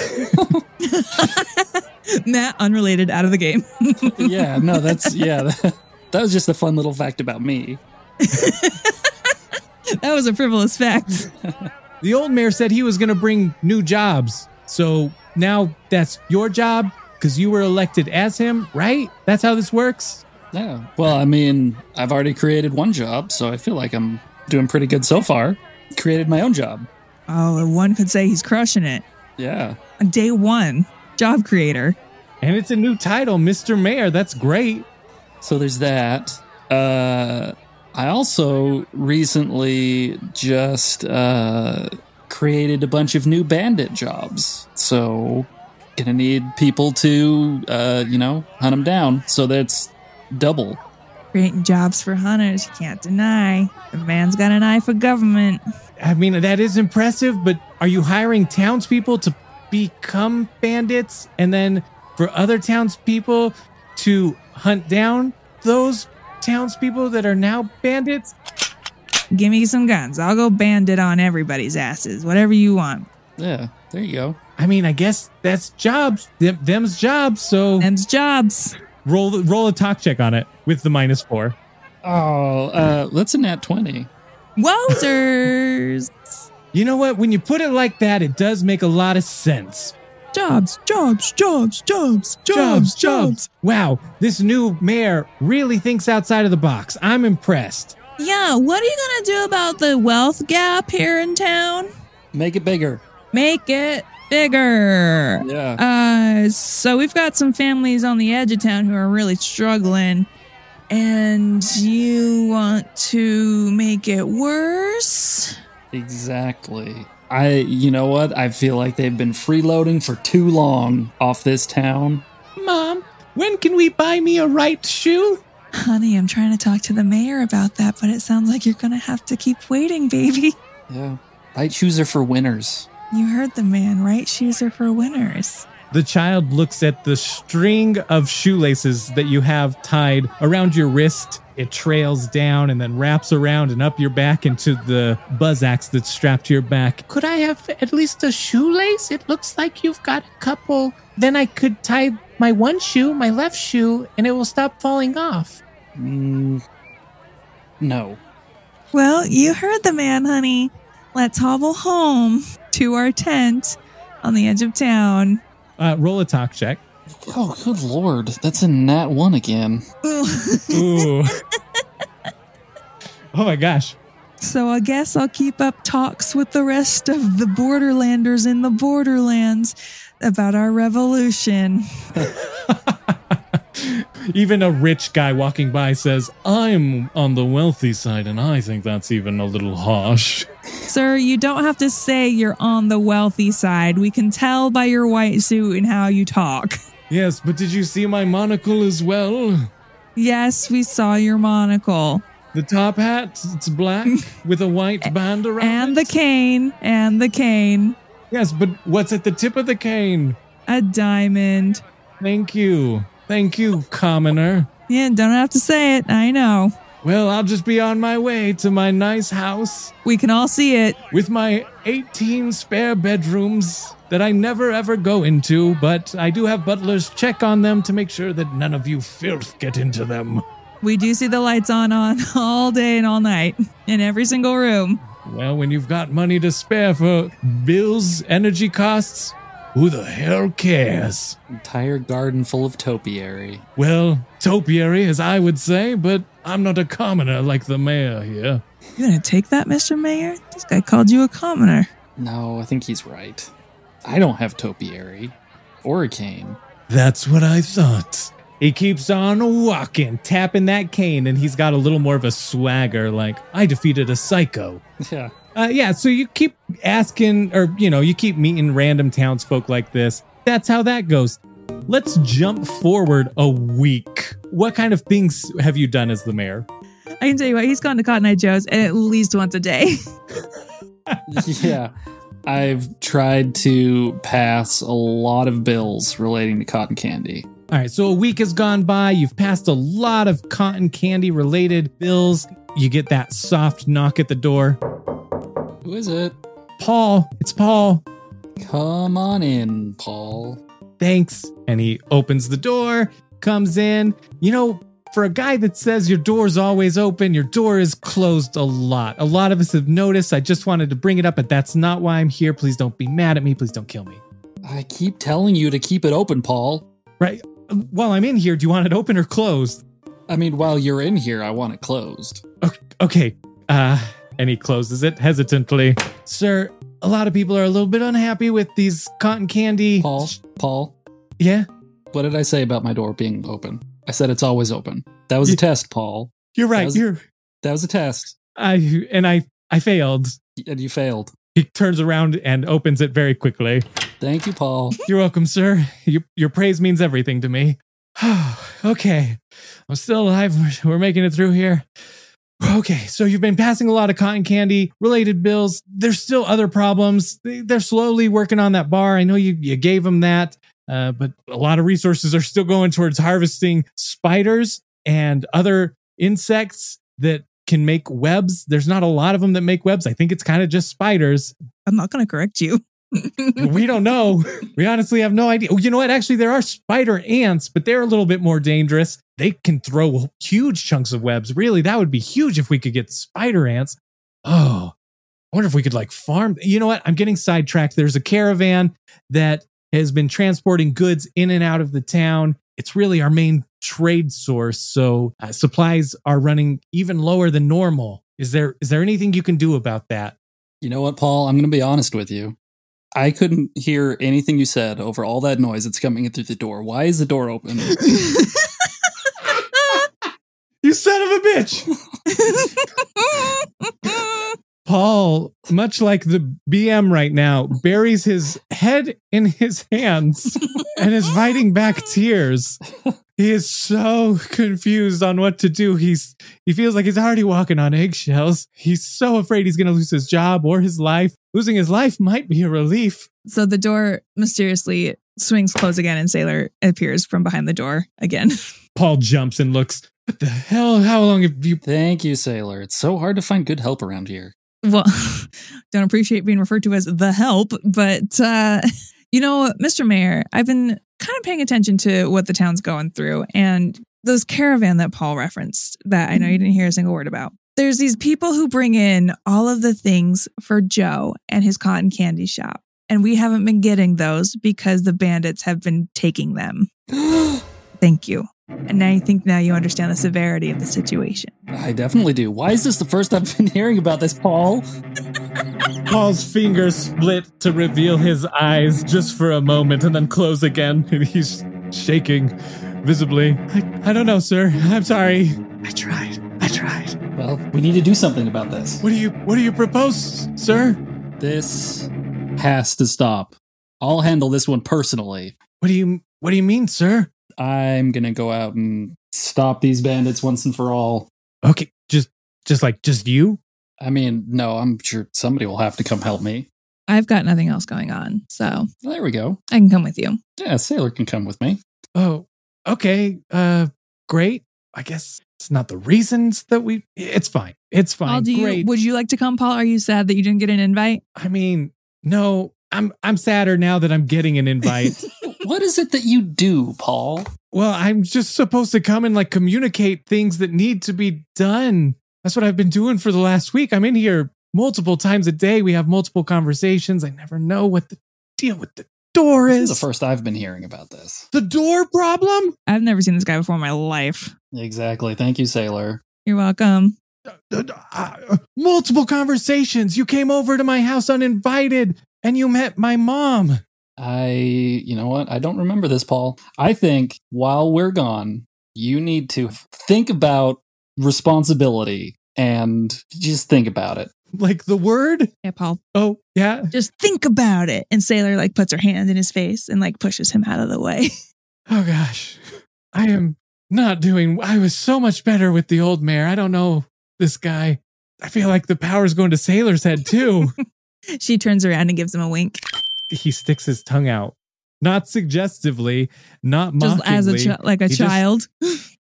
C: Matt, unrelated, out of the game.
B: yeah, no, that's yeah. That, that was just a fun little fact about me.
C: That was a frivolous fact.
A: the old mayor said he was going to bring new jobs. So now that's your job because you were elected as him, right? That's how this works.
B: Yeah. Well, I mean, I've already created one job, so I feel like I'm doing pretty good so far. Created my own job.
C: Oh, and one could say he's crushing it.
B: Yeah.
C: On Day one, job creator.
A: And it's a new title, Mr. Mayor. That's great.
B: So there's that. Uh, I also recently just uh, created a bunch of new bandit jobs. So gonna need people to, uh, you know, hunt them down. So that's double.
C: Creating jobs for hunters, you can't deny. The man's got an eye for government.
A: I mean, that is impressive, but are you hiring townspeople to become bandits and then for other townspeople to hunt down those townspeople that are now bandits?
C: Give me some guns. I'll go bandit on everybody's asses. Whatever you want.
B: Yeah, there you go.
A: I mean, I guess that's jobs. Them, them's jobs. So
C: Them's jobs.
A: roll the- roll a talk check on it with the minus four.
B: Oh, uh, that's a nat 20.
C: Wowzers.
A: You know what? When you put it like that, it does make a lot of sense.
C: jobs, jobs, jobs, jobs, jobs, jobs.
A: Wow, this new mayor really thinks outside of the box. I'm impressed.
C: Yeah, what are you going to do about the wealth gap here in town?
B: Make it bigger.
C: Make it bigger.
B: Yeah.
C: Uh, so we've got some families on the edge of town who are really struggling, and you want to make it worse?
B: Exactly. I, you know what? I feel like they've been freeloading for too long off this town.
A: Mom, when can we buy me a right shoe?
C: Honey, I'm trying to talk to the mayor about that, but it sounds like you're gonna have to keep waiting, baby.
B: Yeah. Right shoes are for winners.
C: You heard the man, right? Shoes are for winners.
A: The child looks at the string of shoelaces that you have tied around your wrist. It trails down and then wraps around and up your back into the buzz axe that's strapped to your back. Could I have at least a shoelace? It looks like you've got a couple. Then I could tie my one shoe, my left shoe, and it will stop falling off.
B: Mm, no.
C: Well, you heard the man, honey. Let's hobble home to our tent on the edge of town.
A: Uh, roll a talk check.
B: Oh, good lord. That's a nat one again.
A: Ooh. oh my gosh.
C: So I guess I'll keep up talks with the rest of the Borderlanders in the Borderlands about our revolution.
A: Even a rich guy walking by says, I'm on the wealthy side, and I think that's even a little harsh.
C: Sir, you don't have to say you're on the wealthy side. We can tell by your white suit and how you talk.
A: Yes, but did you see my monocle as well?
C: Yes, we saw your monocle
A: The top hat, it's black with a white band around
C: and the
A: it.
C: cane and the cane,
A: yes, but what's at the tip of the cane?
C: a diamond.
A: Thank you. Thank you, commoner.
C: Yeah, don't have to say it. I know.
A: Well, I'll just be on my way to my nice house
C: We can all see it.
A: with my 18 spare bedrooms that I never ever go into, but I do have butlers check on them to make sure that none of you filth get into them.
C: We do see the lights on on all day and all night in every single room.
A: Well, when you've got money to spare for bills, energy costs, who the hell cares?
B: Entire garden full of topiary.
A: Well, topiary, as I would say, but I'm not a commoner like the mayor here.
C: You gonna take that, Mr. Mayor? This guy called you a commoner.
B: No, I think he's right. I don't have topiary or a cane.
A: That's what I thought. He keeps on walking, tapping that cane, and he's got a little more of a swagger like, I defeated a psycho.
B: Yeah.
A: Uh, yeah, so you keep asking, or, you know, you keep meeting random townsfolk like this. That's how that goes. Let's jump forward a week. What kind of things have you done as the mayor?
C: I can tell you what, he's gone to Cotton Eye Joe's at least once a day.
B: yeah. I've tried to pass a lot of bills relating to cotton candy.
A: All right, so a week has gone by. You've passed a lot of cotton candy related bills. You get that soft knock at the door.
B: Who is it?
A: Paul, it's Paul.
B: Come on in, Paul.
A: Thanks. And he opens the door, comes in. You know, for a guy that says your door's always open, your door is closed a lot. A lot of us have noticed. I just wanted to bring it up, but that's not why I'm here. Please don't be mad at me. Please don't kill me.
B: I keep telling you to keep it open, Paul.
A: Right? Um, While I'm in here, do you want it open or closed?
B: I mean, while you're in here, I want it closed.
A: Okay. Uh, and he closes it hesitantly. Sir, a lot of people are a little bit unhappy with these cotton candy.
B: Paul, Paul,
A: Yeah.
B: what did I say about my door being open? I said it's always open. That was a
A: You-
B: test, Paul.
A: You're right.
B: was-
A: You're
B: That was a test,
A: I and I I failed.
B: and you failed.
A: He turns around and opens it very quickly.
B: Thank you, Paul.
A: You're welcome, sir. Your your praise means everything to me. okay. I'm still alive. We're, we're making it through here. Okay, so you've been passing a lot of cotton candy related bills. There's still other problems. They, they're slowly working on that bar. I know you, you gave them that, uh, but a lot of resources are still going towards harvesting spiders and other insects that can make webs. There's not a lot of them that make webs. I think it's kind of just spiders
C: I'm not gonna correct you.
A: we don't know. We honestly have no idea. Oh, you know what? Actually, there are spider ants, but they're a little bit more dangerous. They can throw huge chunks of webs. Really, that would be huge if we could get spider ants. Oh, I wonder if we could like farm. You know what? I'm getting sidetracked. There's a caravan that has been transporting goods in and out of the town. It's really our main trade source, so uh, supplies are running even lower than normal. Is there is there anything you can do about that?
B: You know what, Paul? I'm going to be honest with you. I couldn't hear anything you said over all that noise that's coming in through the door. Why is the door open?
A: You son of a bitch! Paul, much like the BM right now, buries his head in his hands and is fighting back tears. He is so confused on what to do. He's he feels like he's already walking on eggshells. He's so afraid he's going to lose his job or his life. Losing his life might be a relief.
C: so the door mysteriously swings closed again, and Sailor appears from behind the door again.
A: Paul jumps and looks. What the hell? How long have you?
B: Thank you, Sailor. It's so hard to find good help around here.
C: well, don't appreciate being referred to as the help, but uh, you know, Mr. Mayor, I've been kind of paying attention to what the town's going through and those caravan that Paul referenced that I know you didn't hear a single word about. There's these people who bring in all of the things for Joe and his cotton candy shop. And we haven't been getting those because the bandits have been taking them. Thank you. And now you think now you understand the severity of the situation.
B: I definitely do. Why is this the first I've been hearing about this, Paul?
A: Paul's fingers split to reveal his eyes just for a moment and then close again. And he's shaking visibly. I, I don't know, sir. I'm sorry. I tried. I tried.
B: Well, we need to do something about this.
A: What do you what do you propose, sir?
B: This has to stop. I'll handle this one personally.
A: What do you what do you mean, sir?
B: I'm going to go out and stop these bandits once and for all.
A: Okay, just just like just you?
B: I mean, no, I'm sure somebody will have to come help me.
C: I've got nothing else going on, so
B: There we go.
C: I can come with you.
B: Yeah, Sailor can come with me.
A: Oh, okay. Uh great. I guess it's not the reasons that we it's fine. It's fine.
C: Paul, do you,
A: great.
C: Would you like to come, Paul? Are you sad that you didn't get an invite?
A: I mean, no, I'm I'm sadder now that I'm getting an invite.
B: what is it that you do, Paul?
A: Well, I'm just supposed to come and like communicate things that need to be done. That's what I've been doing for the last week. I'm in here multiple times a day. We have multiple conversations. I never know what the deal with the door
B: This is
A: is.
B: the first I've been hearing about this.
A: the door problem?
C: I've never seen this guy before in my life.
B: Exactly. Thank you, Sailor.
C: You're welcome.
A: uh, uh, multiple conversations. You came over to my house uninvited and you met my mom.
B: I, you know what? I don't remember this, Paul. I think while we're gone, you need to think about responsibility and just think about it.
A: Like the word?
C: Yeah, Paul.
A: Oh, yeah.
C: Just think about it. And Sailor like puts her hand in his face and like pushes him out of the way.
A: Oh, gosh. I am not doing. I was so much better with the old mayor. I don't know this guy. I feel like the power's going to Sailor's head, too.
C: she turns around and gives him a wink.
A: he sticks his tongue out. Not suggestively, not
C: Just
A: mockingly.
C: as a chi- like a
A: He just-
C: child.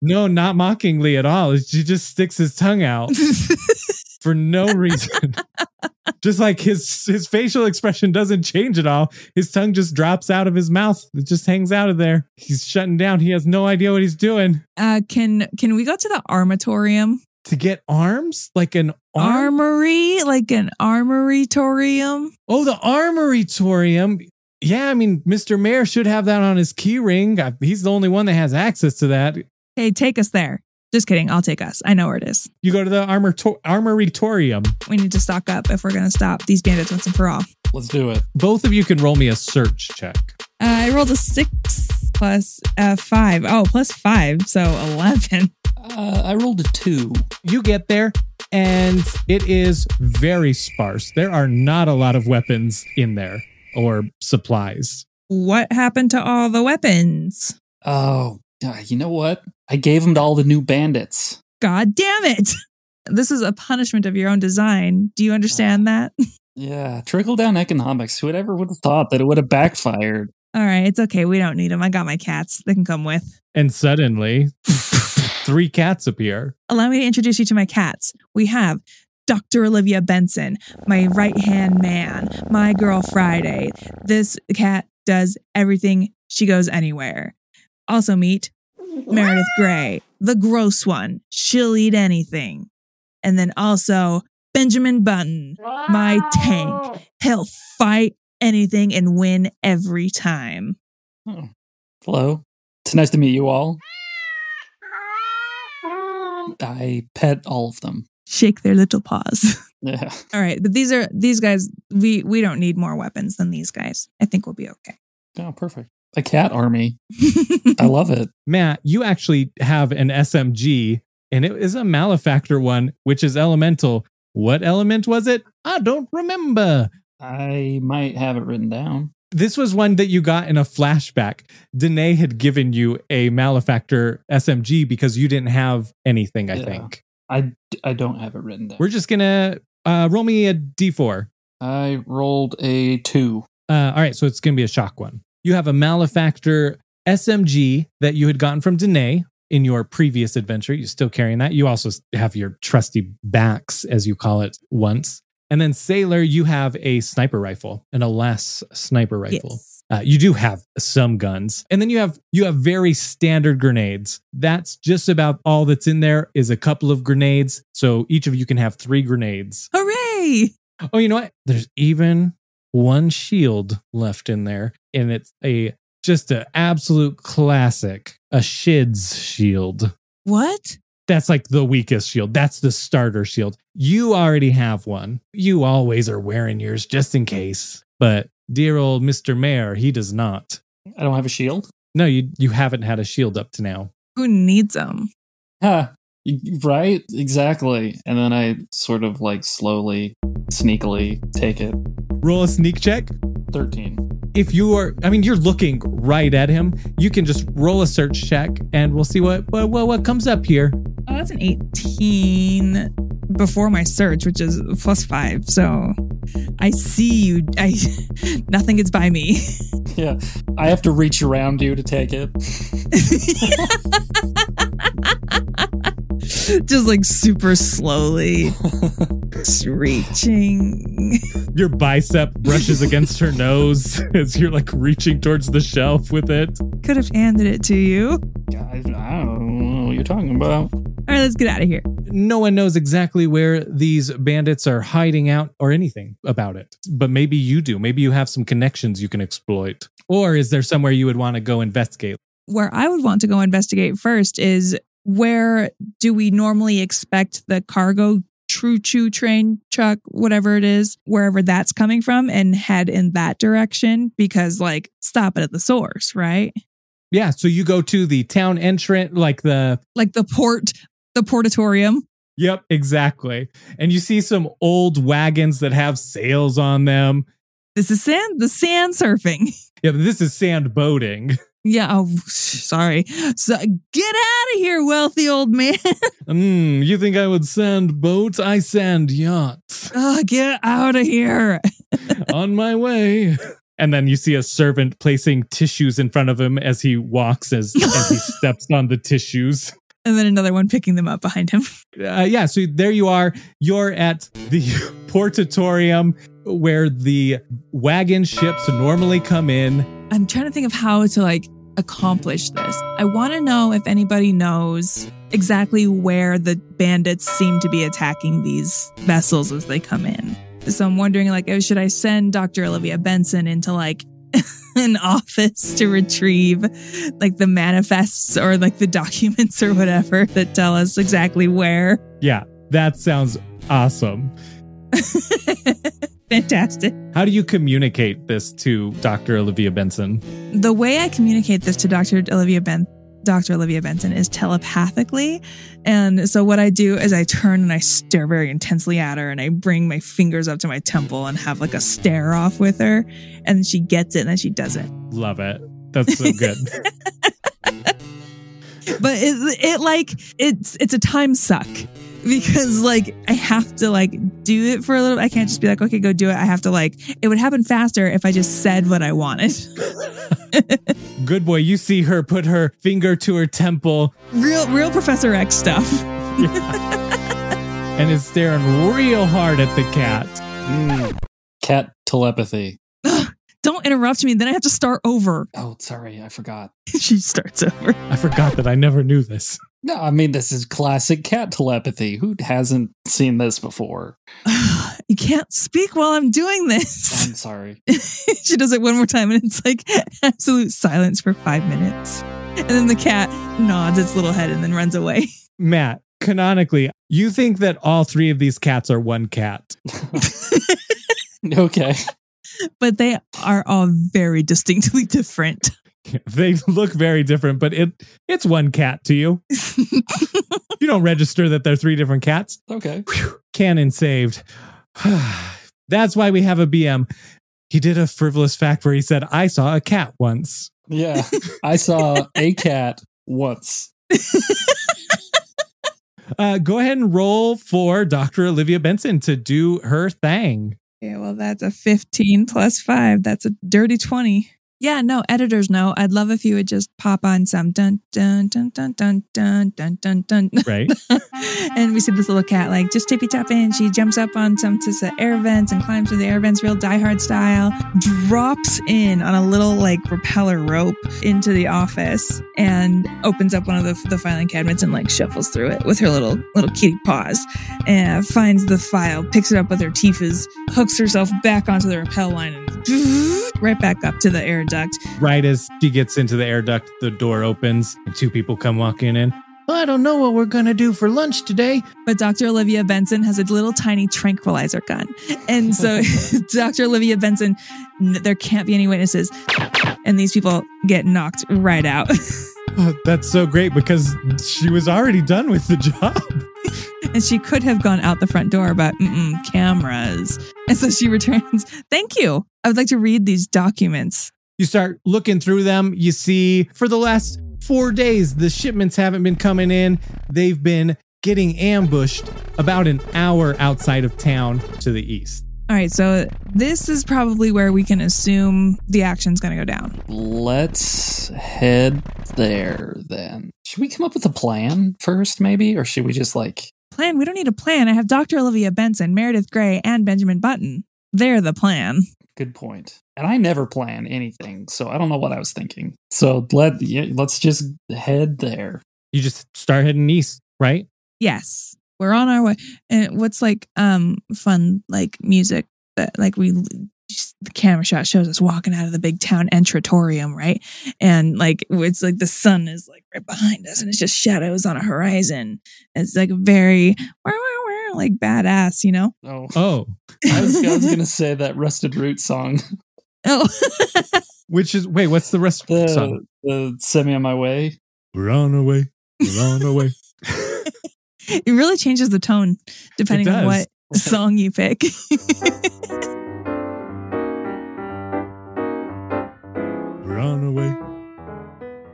A: no, not mockingly at all. He just sticks his tongue out. for no reason. just like his his facial expression doesn't change at all. His tongue just drops out of his mouth. It just hangs out of there. He's shutting down. He has no idea what he's doing.
C: uh can can we go to the armatorium?
A: To get arms? Like an arm?
C: Armory? Like an armoratorium?
A: Oh, the armoratorium. Yeah, I mean, Mr. Mayor should have that on his key ring. I- He's the only one that has access to that.
C: Hey, take us there. Just kidding. I'll take us. I know where it is.
A: You go to the armator- armoratorium.
C: We need to stock up if we're going to stop these bandits once and for all.
B: Let's do it.
A: Both of you can roll me a search check.
C: Uh, I rolled a six plus uh, five. Oh, plus five. So 11.
B: Uh, I rolled a two.
A: you get there and it is very sparse. There are not a lot of weapons in there or supplies.
C: What happened to all the weapons?
B: Oh, uh, you know what? I gave them to all the new bandits.
C: God damn it. This is a punishment of your own design. Do you understand that?
B: Yeah, trickle down economics. Whoever would have thought that it would have backfired?
C: All right. It's okay. We don't need them. I got my cats. They can come with.
A: And suddenly, three cats appear.
C: Allow me to introduce you to my cats. We have Dr. Olivia Benson, my right hand man, my girl Friday. This cat does everything. She goes anywhere. Also, meet Meredith Gray, the gross one. She'll eat anything. And then also Benjamin Button. My tank. He'll fight anything and win every time.
B: Oh. Hello. It's nice to meet you all. I pet all of them.
C: Shake their little paws.
B: Yeah.
C: All right, but these are these guys. We we don't need more weapons than these guys. I think we'll be
B: Oh, perfect. A cat army.
C: okay.
B: I love it.
A: Matt, you actually have an SMG and it is a malefactor one, which is elemental. What element was it? I don't remember.
B: I might have it written down.
A: This was one that you got in a flashback. Danae had given you a malefactor SMG because you didn't have anything, I
B: Yeah.
A: think.
B: I, I don't have it written down.
A: We're just gonna uh, roll me a d4.
B: I rolled a two.
A: Uh, all right, so it's gonna be a shock one. You have a malefactor SMG that you had gotten from Danae in your previous adventure. You're still carrying that. You also have your trusty backs, as you call it, once. And then Sailor, you have a sniper rifle, an Alas sniper rifle.
C: Yes.
A: Uh, you do have some guns, and then you have you have very standard grenades. That's just about all that's in there. Is a couple of grenades, so each of you can have three grenades.
C: Hooray!
A: Oh, you know what? There's even one shield left in there, and it's a just an absolute classic, a Shid's shield.
C: What?
A: That's like the weakest shield. That's the starter shield. You already have one. You always are wearing yours just in case. But dear old Mr. Mayor, he does not.
B: I don't have a shield.
A: No, you you haven't had a shield up to now.
C: Who needs them?
B: Huh. Y- Right? Exactly. And then I sort of like slowly, sneakily take it.
A: Roll a sneak check.
B: 13.
A: If you are, I mean, you're looking right at him. You can just roll a search check, and we'll see what what what, what comes up here.
C: Oh, that's an eighteen before my search, which is plus five. So I see you. I nothing gets by me.
B: Yeah. I have to reach around you to take it.
C: Just like super slowly just reaching.
A: Your bicep brushes against her nose as you're like reaching towards the shelf with it.
C: Could have handed it to you. All
B: I don't know what you're talking about.
C: right, let's get out of here.
A: No one knows exactly where these bandits are hiding out or anything about it, but maybe you do. Maybe you have some connections you can exploit. Or is there somewhere you would want to go investigate?
C: where I would want to go investigate first is where do we normally expect the cargo true choo train truck, whatever it is, wherever that's coming from, and head in that direction because, like, stop it at the source, right?
A: Yeah. So you go to the town entrant, like the
C: Like the port, the portatorium.
A: Yep, exactly. And you see some old wagons that have sails on them.
C: This is sand, the sand surfing.
A: Yeah, but this is sand boating.
C: Yeah. Oh, sorry. So get out of here, wealthy old man.
A: Mm, you think I would sand boats? I sand yachts.
C: Ugh, get out of here.
A: on my way. And then you see a servant placing tissues in front of him as he walks, as, as he steps on the tissues.
C: And then another one picking them up behind him.
A: uh, yeah, so there you are. You're at the portatorium where the wagon ships normally come in.
C: I'm trying to think of how to like accomplish this. I want to know if anybody knows exactly where the bandits seem to be attacking these vessels as they come in. So I'm wondering like, oh, should I send Dr. Olivia Benson into like an office to retrieve like the manifests or like the documents or whatever that tell us exactly where?
A: Yeah, that sounds awesome.
C: Fantastic.
A: How do you communicate this to Dr. Olivia Benson?
C: the way I communicate this to Dr. Olivia Ben Dr. Olivia Benson is telepathically. And so what I do is I turn and I stare very intensely at her and I bring my fingers up to my temple and have like a stare off with her. And she gets it and then she doesn't.
A: Love it. That's so good.
C: But it, it like it's it's a time suck because like I have to like do it for a little I can't just be like, okay, go do it. I have to like it would happen faster if I just said what I wanted.
A: good boy. You see her put her finger to her temple
C: Real real Professor X stuff.
A: and is staring real hard at the cat.
B: Mm. Cat telepathy.
C: Don't interrupt me, then I have to start over.
B: Oh, sorry, I forgot.
C: she starts over.
A: I forgot that I never knew this.
B: No, I mean this is classic cat telepathy. Who hasn't seen this before?
C: you can't speak while I'm doing this.
B: I'm sorry.
C: she does it one more time, and it's like absolute silence for five minutes. And then the cat nods its little head and then runs away.
A: Matt, canonically, you think that all three of these cats are one cat.
B: Okay.
C: But they are all very distinctly different.
A: They look very different, but it it's one cat to you. You don't register that they're three different cats.
B: Okay.
A: Cannon saved. That's why we have a BM. He did a frivolous fact where he said, I saw a cat once.
B: Yeah. I saw a cat once.
A: Uh, go ahead and roll for Dr. Olivia Benson to do her thing.
C: Yeah, well, that's a 15 plus five. That's a dirty 20. Yeah, no, editors know. I'd love if you would just pop on some dun dun dun dun dun dun dun dun dun.
A: Right?
C: and we see this little cat like just tippy tap in. She jumps up on some to the air vents and climbs through the air vents, real diehard style. Drops in on a little like propeller rope into the office and opens up one of the, the filing cabinets and like shuffles through it with her little little kitty paws. And finds the file, picks it up with her teefas, hooks herself back onto the rappel line, and right back up to the air duct.
A: right as she gets into the air duct, the door opens and two people come walking in. "Oh, I don't know what we're going to do for lunch today.
C: But Dr. Olivia Benson has a little tiny tranquilizer gun. And so Dr. Olivia Benson, n- there can't be any witnesses. And these people get knocked right out.
A: Oh, that's so great because she was already done with the job.
C: and she could have gone out the front door, but mm-mm, cameras. And so she returns. Thank you. I would like to read these documents.
A: You start looking through them. You see, for the last four days, the shipments haven't been coming in. They've been getting ambushed about an hour outside of town to the east.
C: All right. So this is probably where we can assume the action's going to go down.
B: Let's head there then. Should we come up with a plan first, maybe? Or should we just like
C: Plan? We don't need a plan. I have Dr. Olivia Benson, Meredith Gray, and Benjamin Button. They're the plan.
B: good point. And I never plan anything, so I don't know what I was thinking. So let yeah, let's just head there.
A: You just start heading east, right?
C: Yes, we're on our way. And what's like um fun like music that like we the camera shot shows us walking out of the big town entratorium, right? And like it's like the sun is like right behind us and it's just shadows on a horizon. It's like very wah, wah, wah, like badass, you know?
B: Oh,
A: Oh,
B: I was, I was gonna say that Rusted Root song,
C: oh.
A: which is wait, what's the rest of the song?
B: the, the "Send Me on My Way."
A: Uh, We're on our way. We're on our way.
C: it really changes the tone depending on
A: does.
C: what song you pick.
A: We're on our way.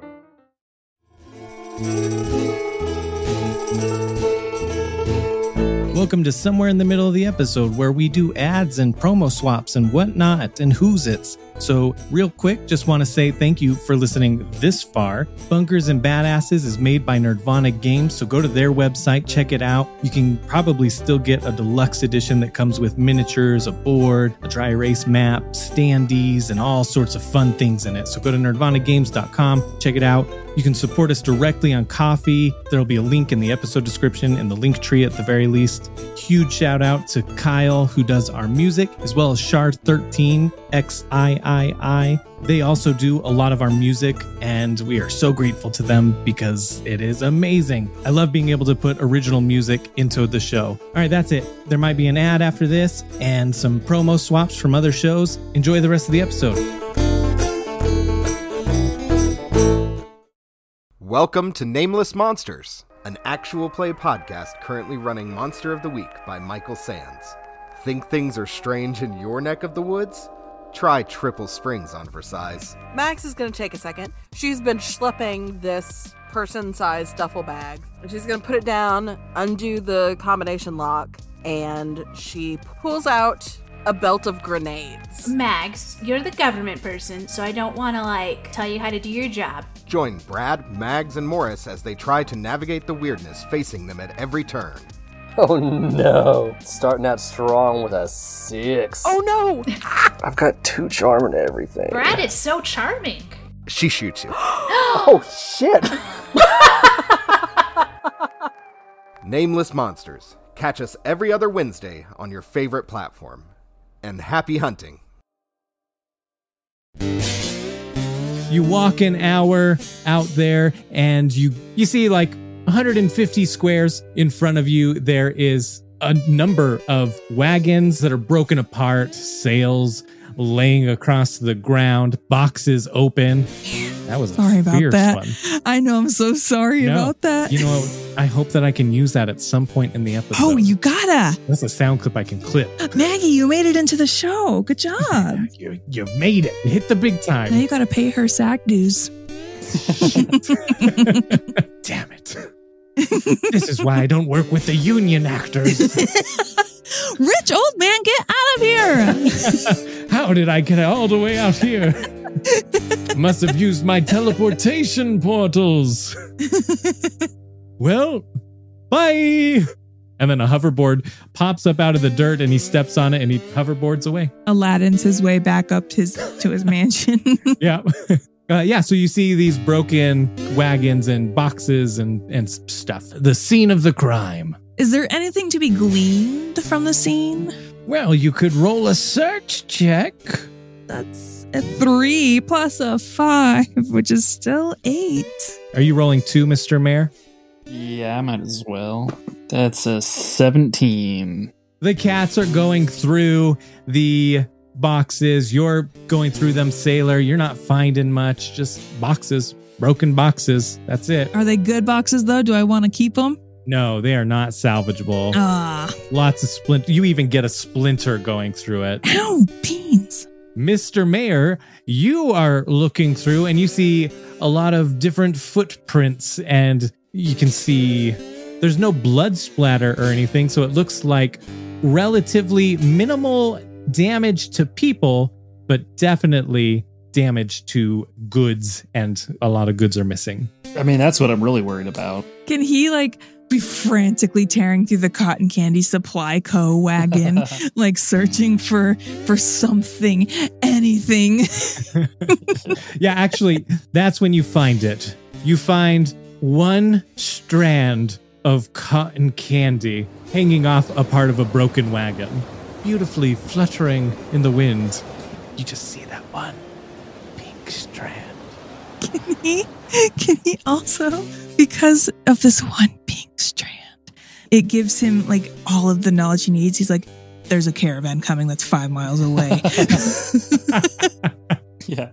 A: Welcome to Somewhere in the Middle of the Episode, where we do ads and promo swaps and whatnot and who's it's. So, real quick, just want to say thank you for listening this far. Bunkers and Badasses is made by Nerdvana Games, so go to their website, check it out. You can probably still get a deluxe edition that comes with miniatures, a board, a dry erase map, standees, and all sorts of fun things in it. So, go to nerdvanagames.com, check it out. You can support us directly on coffee. There'll be a link in the episode description and the link tree at the very least. Huge shout out to Kyle, who does our music, as well as Shard13XIII. They also do a lot of our music, and we are so grateful to them because it is amazing. I love being able to put original music into the show. All right, that's it. There might be an ad after this and some promo swaps from other shows. Enjoy the rest of the episode.
D: Welcome to Nameless Monsters, an actual play podcast currently running Monster of the Week by Michael Sands. Think things are strange in your neck of the woods? Try Triple Springs on for size.
E: Max is going to take a second. She's been schlepping this person sized duffel bag. She's going to put it down, undo the combination lock, and she pulls out a belt of grenades.
F: Max, you're the government person, so I don't want to, like, tell you how to do your job.
D: Join Brad, Mags, and Morris as they try to navigate the weirdness facing them at every turn.
G: Oh no. Starting out strong with a six.
E: Oh no!
G: I've got two charm and everything.
F: Brad is so charming.
D: She shoots you.
G: Oh shit.
D: Nameless Monsters. Catch us every other Wednesday on your favorite platform. And happy hunting.
A: you walk an hour out there and you you see like 150 squares in front of you there is a number of wagons that are broken apart sails laying across the ground boxes open that was a
C: Sorry about
A: fierce
C: that.
A: one
C: I know I'm so sorry
A: No.
C: about that.
A: you know what i hope that i can use that at some point in the episode
C: oh, you gotta.
A: that's a sound clip i can clip
C: Maggie, you made it into the show. Good job.
A: you, you made it you hit the big
C: Now
A: time
C: you gotta pay her sack dues.
A: damn it this is why i don't work with the union actors
C: Rich old man, get out of here.
A: How did I get all the way out here? Must have used my teleportation portals. well, bye. And then a hoverboard pops up out of the dirt and he steps on it and he hoverboards away.
C: Aladdin's his way back up his to his mansion.
A: Yeah. Uh, yeah, so you see these broken wagons and boxes and, and s- stuff. The scene of the crime.
C: Is there anything to be gleaned from the scene?
A: Well, you could roll a search check.
C: That's a three plus a five, which is still eight.
A: Are you rolling two, Mr. Mayor?
B: Yeah, I might as well. That's a seventeen.
A: The cats are going through the boxes. You're going through them, Sailor. You're not finding much, just boxes, broken boxes. That's it.
C: Are they good boxes though? Do I want to keep them?
A: No, they are not salvageable.
C: Ah,
A: Lots of splint. You even get a splinter going through it.
C: ow, beans.
A: Mr. Mayor, you are looking through and you see a lot of different footprints, and you can see there's no blood splatter or anything. So it looks like relatively minimal damage to people, but definitely damage to goods, and a lot of goods are missing.
B: I mean, that's what I'm really worried about.
C: Can he like be frantically tearing through the cotton candy supply co wagon, like searching for for something, anything?
A: yeah, actually, that's when you find it. You find one strand of cotton candy hanging off a part of a broken wagon, beautifully fluttering in the wind.
H: You just see that one pink strand.
C: Can he, can he also, because of this one pink strand, it gives him like all of the knowledge he needs. He's like, there's a caravan coming that's five miles away.
B: Yeah.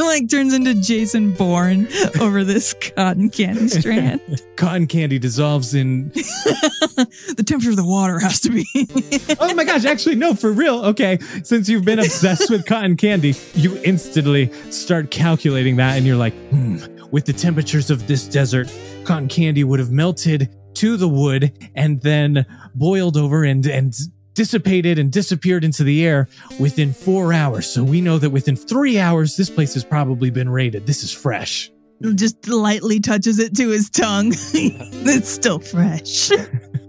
C: like turns into Jason Bourne over this cotton candy strand.
A: Cotton candy dissolves in.
C: the temperature of the water has to be.
A: Oh my gosh, actually, no, for real. Okay. Since you've been obsessed with cotton candy, you instantly start calculating that and you're like, hmm, with the temperatures of this desert, cotton candy would have melted to the wood and then boiled over and, and dissipated and disappeared into the air within four hours. So we know that within three hours, this place has probably been raided. This is fresh.
C: Just lightly touches it to his tongue. it's still fresh.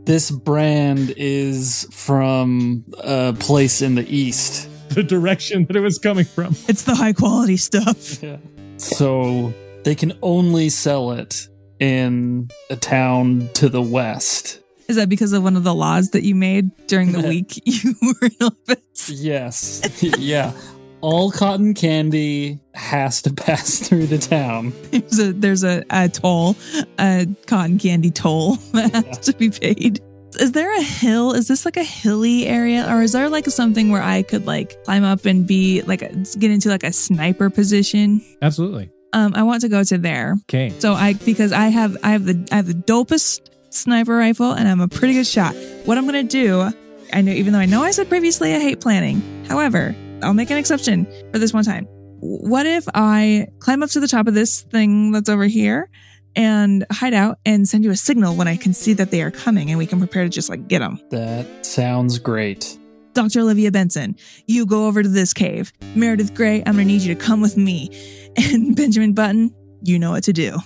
B: This brand is from a place in the east.
A: The direction that it was coming from.
C: It's the high quality stuff.
B: So they can only sell it in a town to the west.
C: Is that because of one of the laws that you made during the week you were in office?
B: Yes. yeah. All cotton candy has to pass through the town.
C: There's a there's a, a toll, a cotton candy toll that has to be paid. Is there a hill? Is this like a hilly area, or is there like something where I could like climb up and be like a- get into like a sniper position?
A: Absolutely.
C: Um, I want to go to there.
A: Okay.
C: So I because I have I have the I have the dopest sniper rifle and I'm a pretty good shot. What I'm gonna do, I know even though I know I said previously I hate planning. However, I'll make an exception for this one time. What if I climb up to the top of this thing that's over here and hide out and send you a signal when I can see that they are coming and we can prepare to just like get them?
B: That sounds great.
C: Dr. Olivia Benson, you go over to this cave. Meredith Gray, I'm gonna need you to come with me. And Benjamin Button, you know what to do.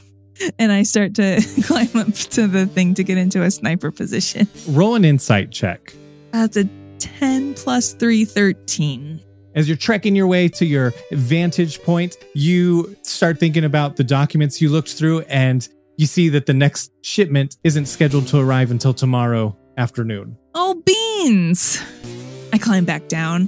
C: And I start to climb up to the thing to get into a sniper position.
A: Roll an insight check.
C: That's a 10 plus 3, 13.
A: As you're trekking your way to your vantage point, you start thinking about the documents you looked through, and you see that the next shipment isn't scheduled to arrive until tomorrow afternoon.
C: Oh, beans! I climb back down.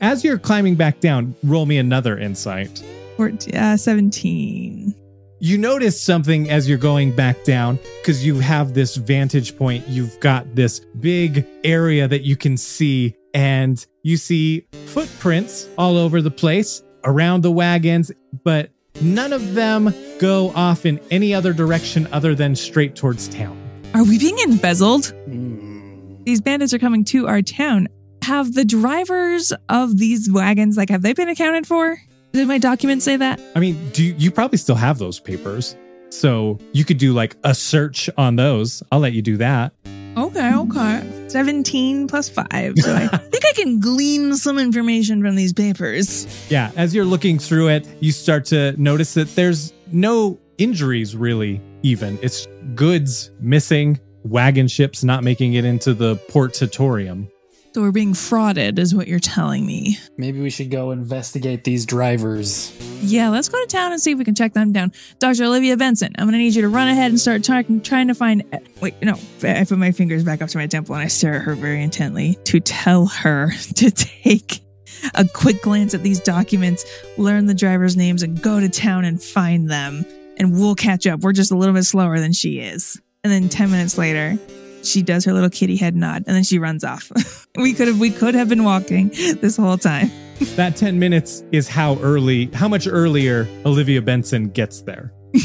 A: As you're climbing back down, roll me another insight.
C: 14, uh, 17.
A: You notice something as you're going back down because you have this vantage point. You've got this big area that you can see, and you see footprints all over the place around the wagons, but none of them go off in any other direction other than straight towards town.
C: Are we being embezzled?
B: Hmm.
C: These bandits are coming to our town. Have the drivers of these wagons, like, have they been accounted for? Did my document say that?
A: I mean, do you, you probably still have those papers? So you could do like a search on those. I'll let you do that.
C: Okay, okay. 17 plus 5. So I think I can glean some information from these papers.
A: Yeah, as you're looking through it, you start to notice that there's no injuries really, even. It's goods missing, wagon ships not making it into the portatorium.
C: So we're being frauded, is what you're telling me.
B: Maybe we should go investigate these drivers.
C: Yeah, let's go to town and see if we can check them down. Dr. Olivia Benson, I'm going to need you to run ahead and start talking, trying to find. Wait, no. I put my fingers back up to my temple and I stare at her very intently to tell her to take a quick glance at these documents, learn the driver's names, and go to town and find them. And we'll catch up. We're just a little bit slower than she is. And then 10 minutes later, she does her little kitty head nod and then she runs off. we could have we could have been walking this whole time.
A: That 10 minutes is how early, how much earlier Olivia Benson gets there.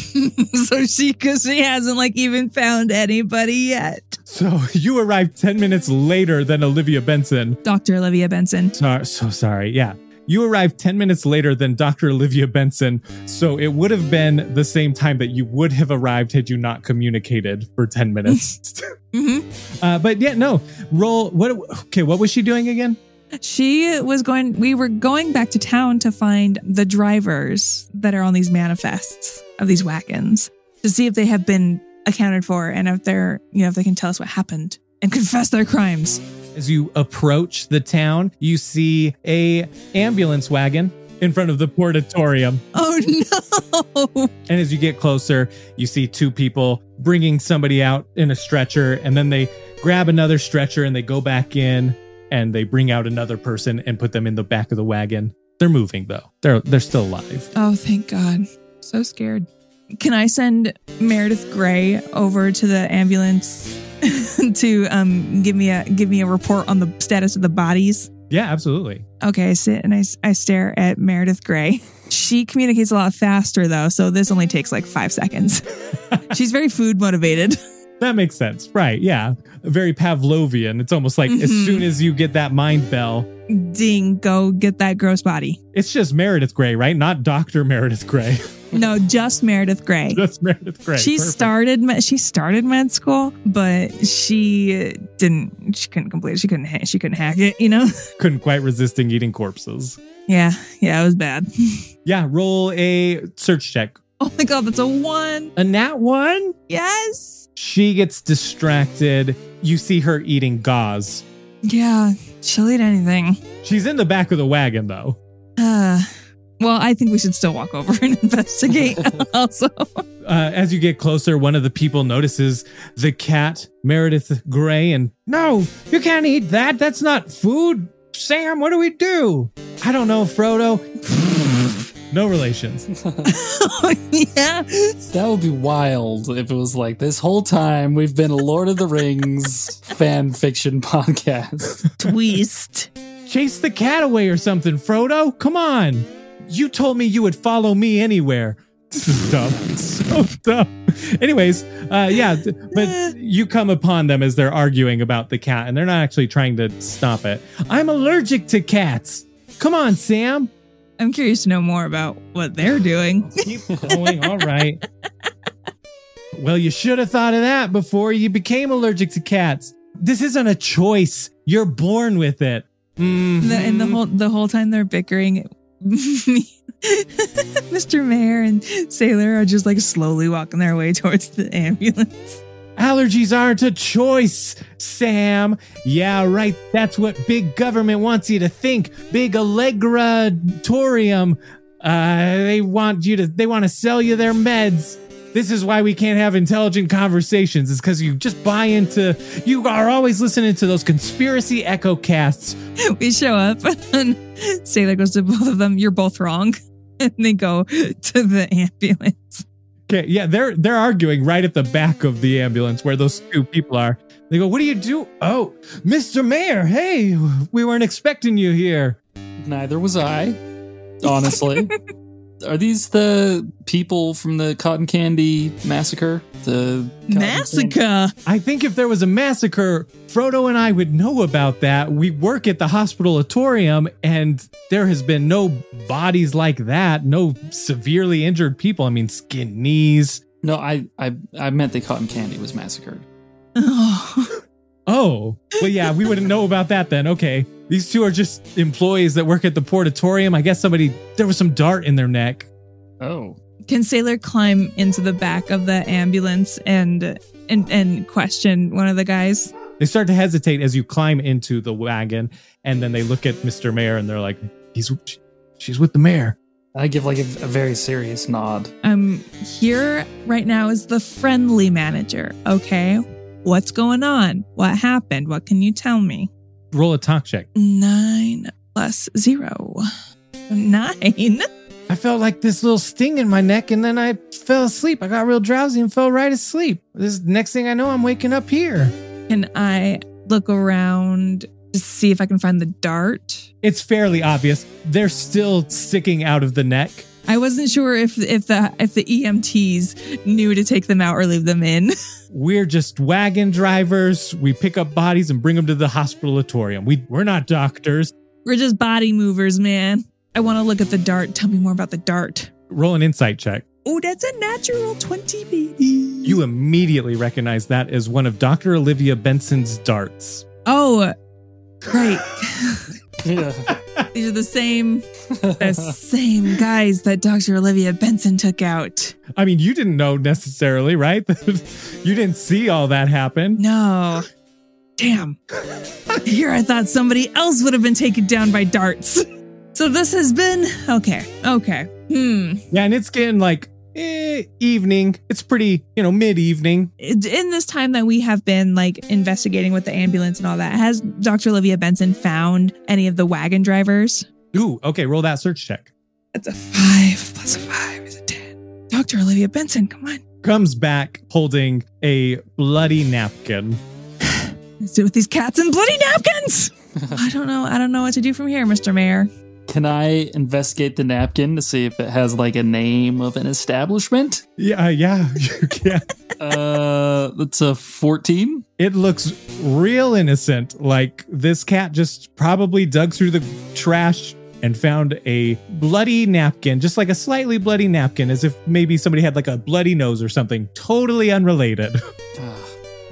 C: so she because she hasn't like even found anybody yet
A: So you arrive 10 minutes later than Olivia Benson.
C: dr olivia benson
A: Sorry, so sorry. Yeah. You arrived 10 minutes later than Dr. Olivia Benson, so it would have been the same time that you would have arrived had you not communicated for 10 minutes.
C: hmm
A: Uh, but yeah, no. Roll. What? Okay, what was she doing again?
C: she was going we were going back to town to find the drivers that are on these manifests of these wagons to see if they have been accounted for and if they're you know if they can tell us what happened and confess their crimes
A: As you approach the town, you see a ambulance wagon in front of the portatorium,
C: oh no
A: and as you get closer, you see two people bringing somebody out in a stretcher, and then they grab another stretcher and they go back in and they bring out another person and put them in the back of the wagon. They're moving though. They're they're still alive.
C: Oh, thank God. So scared. Can I send Meredith Gray over to the ambulance to um give me a give me a report on the status of the bodies?
A: Yeah, absolutely.
C: Okay, I sit and I, s- I stare at Meredith Gray. She communicates a lot faster though, so this only takes like five seconds. She's very food motivated.
A: That makes sense. Right. Yeah. Very Pavlovian. It's almost like as
C: Mhm.
A: soon as you get that mind bell,
C: Ding, go get that gross body.
A: it's just Meredith Grey, right? Not Dr. Meredith Grey.
C: No, just Meredith Gray.
A: just Meredith Grey.
C: she
A: Perfect.
C: started med- she started med school, but she didn't. She couldn't complete. it. She couldn't. Ha- she couldn't hack it. You know.
A: Couldn't quite resisting eating corpses.
C: Yeah. Yeah. It was bad.
A: Yeah. Roll a search check.
C: Oh my god, that's a one.
A: And that one,
C: Yes.
A: she gets distracted. You see her eating gauze.
C: Yeah. She'll eat anything.
A: She's in the back of the wagon though.
C: Uh, well, I think we should still walk over and investigate. also.
A: uh, as you get closer, one of the people notices the cat, Meredith Gray, and no, you can't eat that. That's not food. Sam, what do we do? I don't know, Frodo. no relations.
C: yeah.
B: That would be wild if it was like this whole time we've been a Lord of the Rings fan fiction podcast.
C: Twist.
A: Chase the cat away or something, Frodo. Come on. You told me you would follow me anywhere. This is dumb. so dumb. Anyways, uh, yeah, th- but you come upon them as they're arguing about the cat, and they're not actually trying to stop it. I'm allergic to cats. Come on, Sam.
C: I'm curious to know more about what they're doing.
A: Keep going. All right. Well, you should have thought of that before you became allergic to cats. This isn't a choice. You're born with it.
C: The, and the
A: Mhm.
C: whole the whole time they're bickering, me- Mr. Mayor and Sailor are just like slowly walking their way towards the ambulance.
A: Allergies aren't a choice, Sam. Yeah, right. That's what big government wants you to think. Big Allegratorium. Uh, they want you to. They want to sell you their meds. This is why we can't have intelligent conversations. Is because you just buy into. You are always listening to those conspiracy echo casts.
C: We show up and Sailor goes to both of them, "You're both wrong," and they go to the ambulance.
A: Okay, yeah, they're they're arguing right at the back of the ambulance where those two people are. They go, "What do you do?" Oh, Mr. Mayor, hey, we weren't expecting you here.
B: Neither was I, honestly. Are these the people from the Cotton Candy Massacre? The cotton candy-
C: Massacre.
A: I think if there was a massacre, Frodo and I would know about that. We work at the hospitalatorium, and there has been no bodies like that, no severely injured people. I mean, skin knees.
B: No, I, I I meant the Cotton Candy was massacred.
C: Oh,
A: Oh, well, yeah, we wouldn't know about that then. Okay. These two are just employees that work at the portatorium. I guess somebody, there was some dart in their neck.
B: Oh.
C: can Sailor climb into the back of the ambulance and and and question one of the guys?
A: They start to hesitate as you climb into the wagon, and then they look at Mr. Mayor and they're like, he's, she's with the mayor.
B: I give like a, a very serious nod.
C: I'm Um, here right now as the friendly manager. Okay, what's going on? What happened? What can you tell me?
A: Roll a talk check.
C: Nine plus zero. Nine.
A: I felt like this little sting in my neck, and then I fell asleep. I got real drowsy and fell right asleep. This next thing I know, I'm waking up here.
C: Can I look around to see if I can find the dart?
A: It's fairly obvious. They're still sticking out of the neck.
C: I wasn't sure if if the if the EMTs knew to take them out or leave them in.
A: We're just wagon drivers. We pick up bodies and bring them to the hospitalatorium. We, we're not doctors.
C: We're just body movers, man. I want to look at the dart. Tell me more about the dart.
A: Roll an insight check.
C: Oh, that's a natural 20, baby.
A: You immediately recognize that as one of Dr. Olivia Benson's darts.
C: Oh, right.
B: Yeah.
C: These are the same the same guys that Dr. Olivia Benson took out.
A: I mean, you didn't know necessarily, right? you didn't see all that happen.
C: No. Damn. Here I thought somebody else would have been taken down by darts. So this has been okay. Okay. Hmm.
A: Yeah, and it's getting like eh, evening. It's pretty, you know, mid evening.
C: It- In this time that we have been like investigating with the ambulance and all that, has Dr. Olivia Benson found any of the wagon drivers?
A: Ooh, okay, roll that search check.
C: That's a five plus a five is a 10. Dr. Olivia Benson, come on.
A: Comes back holding a bloody napkin.
C: Let's do it with these cats and bloody napkins. I don't know. I don't know what to do from here, Mr. Mayor.
B: Can I investigate the napkin to see if it has like a name of an establishment?
A: Yeah, yeah, you can.
B: Uh, that's a 14.
A: It looks real innocent. Like this cat just probably dug through the trash and found a bloody napkin, just like a slightly bloody napkin, as if maybe somebody had like a bloody nose or something. Totally unrelated.
B: Ugh,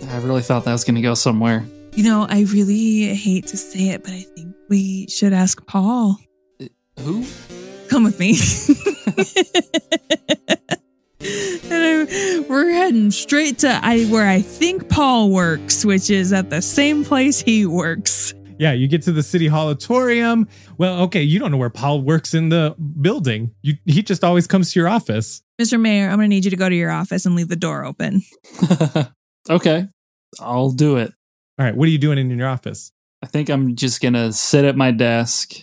B: I really thought that was going to go somewhere.
C: You know, I really hate to say it, but I think we should ask Paul.
B: Who?
C: Come with me. and I, we're heading straight to I, where I think Paul works, which is at the same place he works.
A: Yeah, you get to the city holatorium. Well, okay, you don't know where Paul works in the building. You, he just always comes to your office.
C: Mr. Mayor, I'm going to need you to go to your office and leave the door open.
B: okay, I'll do it.
A: All right, what are you doing in your office?
B: I think I'm just going to sit at my desk.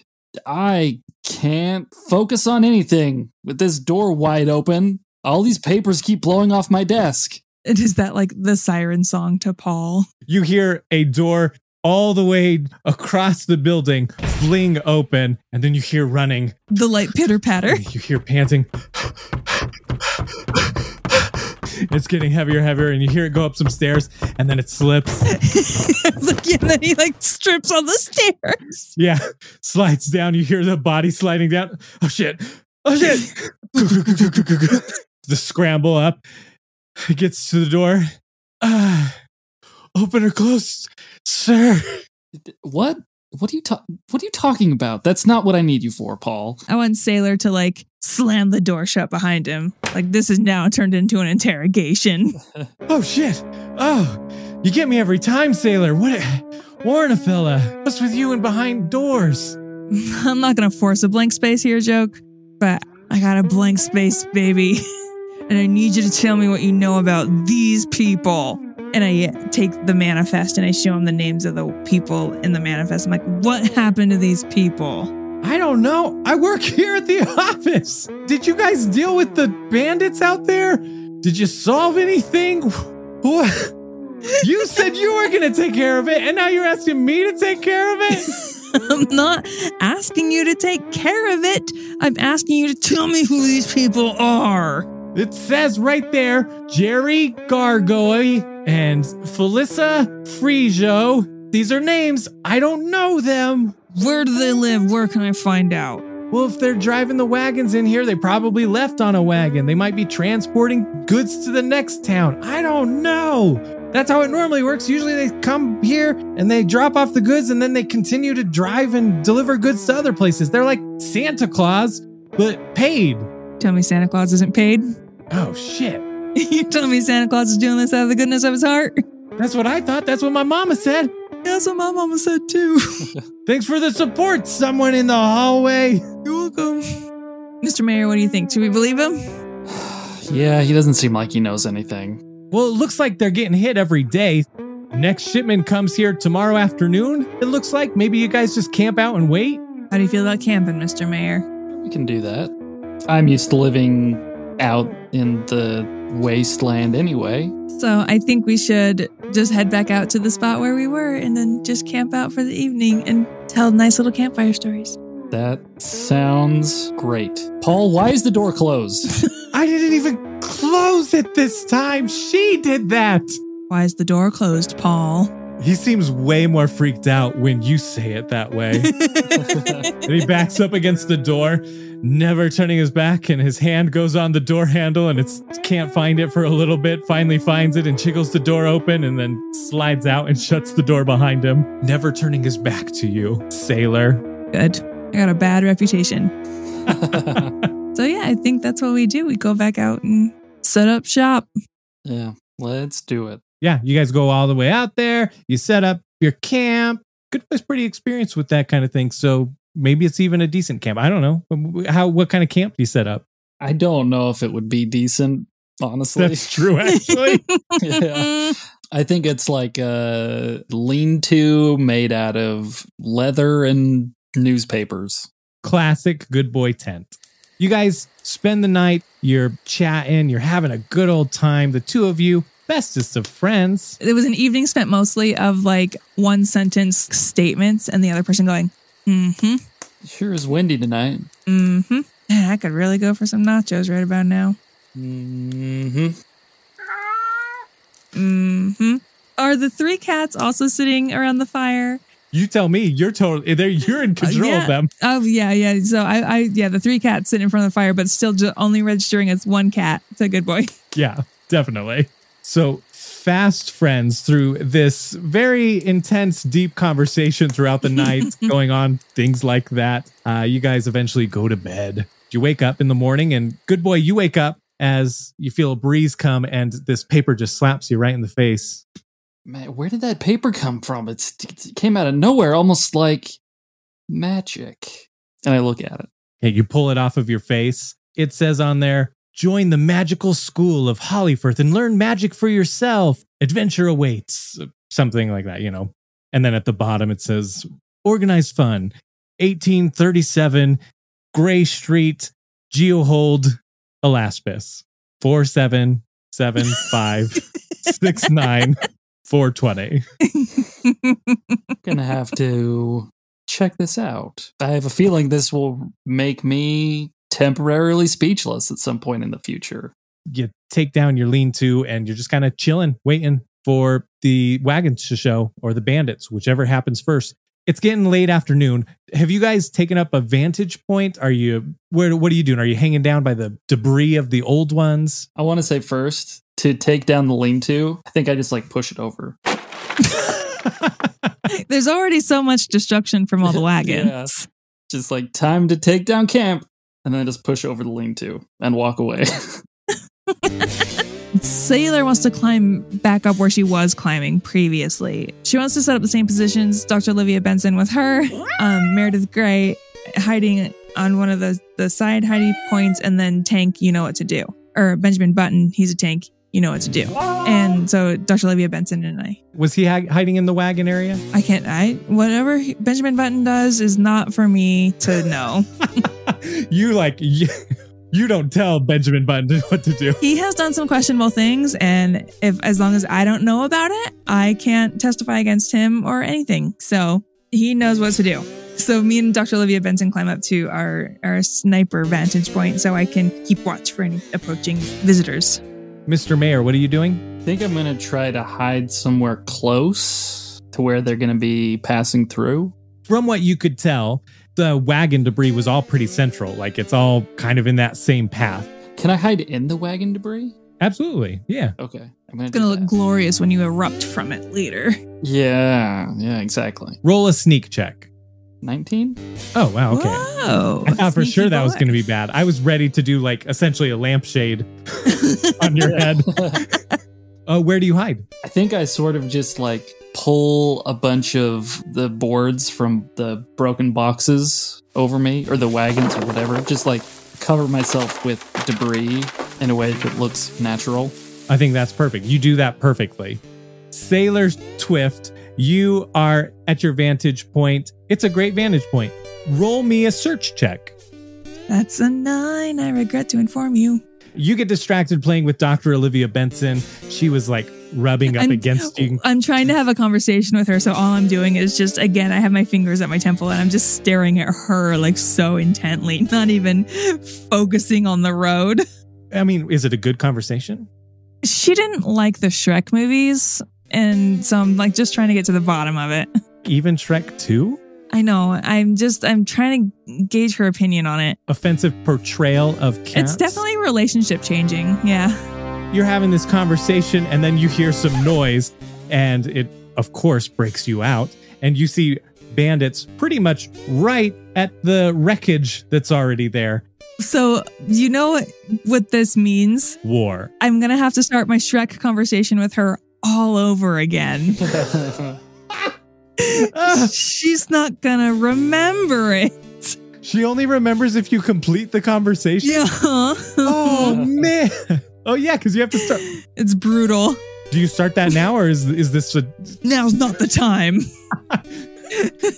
B: I can't focus on anything with this door wide open. All these papers keep blowing off my desk.
C: And is that like the siren song to Paul?
A: You hear a door all the way across the building fling open, and then you hear running.
C: The light pitter patter.
A: You hear panting. It's getting heavier, heavier, and you hear it go up some stairs, and then it slips.
C: I was like, yeah, and then he like strips on the stairs.
A: Yeah, slides down. You hear the body sliding down. Oh shit! Oh shit! the scramble up. It gets to the door. Ah, open or close, sir.
B: What? What are you ta- What are you talking about? That's not what I need you for, Paul.
C: I want Sailor to like slam the door shut behind him. Like this is now turned into an interrogation.
A: Oh shit! Oh, you get me every time, sailor. What, a- Warren, a fella. What's with you and behind doors?
C: I'm not gonna force a blank space here joke, but I got a blank space, baby. and I need you to tell me what you know about these people. And I uh, take the manifest and I show him the names of the people in the manifest. I'm like, what happened to these people?
A: I don't know. I work here at the office. Did you guys deal with the bandits out there? Did you solve anything? What? You said you were going to take care of it, and now you're asking me to take care of it?
C: I'm not asking you to take care of it. I'm asking you to tell me who these people are.
A: It says right there Jerry Gargoy and Felissa Frijo. These are names. I don't know them.
C: Where do they live? Where can I find out?
A: Well, if they're driving the wagons in here, they probably left on a wagon. They might be transporting goods to the next town. I don't know. That's how it normally works. Usually they come here and they drop off the goods and then they continue to drive and deliver goods to other places. They're like Santa Claus, but paid.
C: Tell me Santa Claus isn't paid.
A: Oh, shit.
C: You're telling me Santa Claus is doing this out of the goodness of his heart?
A: That's what I thought. That's what my mama said.
C: That's what my mama said too.
A: Thanks for the support, someone in the hallway.
C: You're welcome. Mr. Mayor, what do you think? Should we believe him?
B: Yeah, he doesn't seem like he knows anything.
A: Well, it looks like they're getting hit every day. Next shipment comes here tomorrow afternoon. It looks like maybe you guys just camp out and wait.
C: How do you feel about camping, Mr. Mayor?
B: We can do that. I'm used to living out in the wasteland anyway.
C: So I think we should just head back out to the spot where we were and then just camp out for the evening and tell nice little campfire stories.
B: That sounds great. Paul, why is the door closed?
A: I didn't even close it this time. She did that.
C: Why is the door closed, Paul?
A: He seems way more freaked out when you say it that way. and he backs up against the door, never turning his back, and his hand goes on the door handle and it's can't find it for a little bit, finally finds it and jiggles the door open and then slides out and shuts the door behind him, never turning his back to you, sailor.
C: Good. I got a bad reputation. So yeah, I think that's what we do. We go back out and set up shop.
B: yeah, let's do it.
A: Yeah, you guys go all the way out there, you set up your camp. Good was pretty experienced with that kind of thing, so maybe it's even a decent camp. I don't know. How what kind of camp do you set up?
B: I don't know if it would be decent, honestly.
A: That's true, actually.
B: Yeah. I think it's like a lean to made out of leather and newspapers.
A: classic good boy tent. You guys spend the night, you're chatting, you're having a good old time, the two of you, bestest of friends.
C: It was an evening spent mostly of like one sentence statements and the other person going, mm hmm,
B: Sure is windy tonight.
C: mm hmm. I could really go for some nachos right about now.
B: Mm-hmm.
C: hmm Are the three cats also sitting around the fire?
A: You tell me, you're totally there, you're in control
C: yeah.
A: of them.
C: Oh yeah, yeah. So I, I, yeah, the three cats sitting in front of the fire, but still ju- only registering as one cat. It's a good boy.
A: Yeah, definitely. So, fast friends through this very intense, deep conversation throughout the night, going on things like that. Uh, you guys eventually go to bed. You wake up in the morning, and good boy, you wake up as you feel a breeze come and this paper just slaps you right in the face.
B: Man, where did that paper come from? It's, it came out of nowhere, almost like magic. And I look at it.
A: Okay, you pull it off of your face. It says on there, join the magical school of Hollyfirth and learn magic for yourself. Adventure awaits. Something like that, you know. And then at the bottom it says, organized fun, 1837, Gray Street, Geohold, Alaspis, 477569420.
B: Gonna have to check this out. I have a feeling this will make me temporarily speechless at some point in the future.
A: you take down your lean to and you're just kind of chilling, waiting for the wagons to show or the bandits, whichever happens first. It's getting late afternoon. Have you guys taken up a vantage point? Are you where what are you doing? Are you hanging down by the debris of the old ones?
B: I want to say first to take down the lean to, I think I just like push it over.
C: There's already so much destruction from all the wagons.
B: Yeah. Just like time to take down camp. And then I just push over the lean to and walk away.
C: Sailor wants to climb back up where she was climbing previously. She wants to set up the same positions, Dr. Olivia Benson with her, um, Meredith Grey hiding on one of the, the side hiding points, and then Tank, you know what to do. Or Benjamin Button, he's a tank, you know what to do. And so Dr. Olivia Benson and I,
A: Was he ha- hiding in the wagon area?
C: I can't, I, whatever he- Benjamin Button does is not for me to know.
A: you like you, you don't tell Benjamin Button what to do.
C: he has done some questionable things and if as long as i don't know about it i can't testify against him or anything so he knows what to do so me and dr olivia benson climb up to our our sniper vantage point so i can keep watch for any approaching visitors
A: Mr. Mayor, what are you doing?
B: I think I'm going to try to hide somewhere close to where they're going to be passing through.
A: From what you could tell, the wagon debris was all pretty central. Like it's all kind of in that same path.
B: Can I hide in the wagon debris?
A: Absolutely. Yeah.
B: Okay. I'm going
C: it's gonna look glorious when you erupt from it later
B: Yeah. Yeah, exactly.
A: Roll a sneak check.
B: 19?
A: Oh wow, okay.
C: Whoa,
A: I thought for
C: sneaky
A: sure that was
C: boy.
A: going to be bad. I was ready to do like essentially a lampshade on your head. Uh, where do you hide?
B: I think I sort of just like pull a bunch of the boards from the broken boxes over me or the wagons or whatever. Just like cover myself with debris in a way that looks natural.
A: I think that's perfect. You do that perfectly. Sailor Twift, you are at your vantage point. It's a great vantage point. Roll me a search check.
C: that's a nine i regret to inform you
A: You get distracted playing with Dr. Olivia Benson. She was like rubbing up
C: I'm-
A: against you.
C: I'm trying to have a conversation with her, so all I'm doing is just again, I have my fingers at my temple and I'm just staring at her like so intently, not even focusing on the road.
A: I mean, is it a good conversation?
C: She didn't like the Shrek movies, and so I'm like just trying to get to the bottom of it.
A: Even Shrek 2?
C: I know. I'm just I'm trying to gauge her opinion on it.
A: Offensive portrayal of cats.
C: It's definitely relationship changing. Yeah.
A: you're having this conversation and then you hear some noise and it of course breaks you out and you see bandits pretty much right at the wreckage that's already there
C: So you know what this means?
A: war
C: I'm gonna have to start my Shrek conversation with her all over again.
A: Ah,
C: She's not gonna remember it.
A: she only remembers if you complete the conversation
C: Yeah.
A: oh man oh yeah because you have to start
C: it's brutal.
A: do you start that now or is, is this a
C: Now's not the time.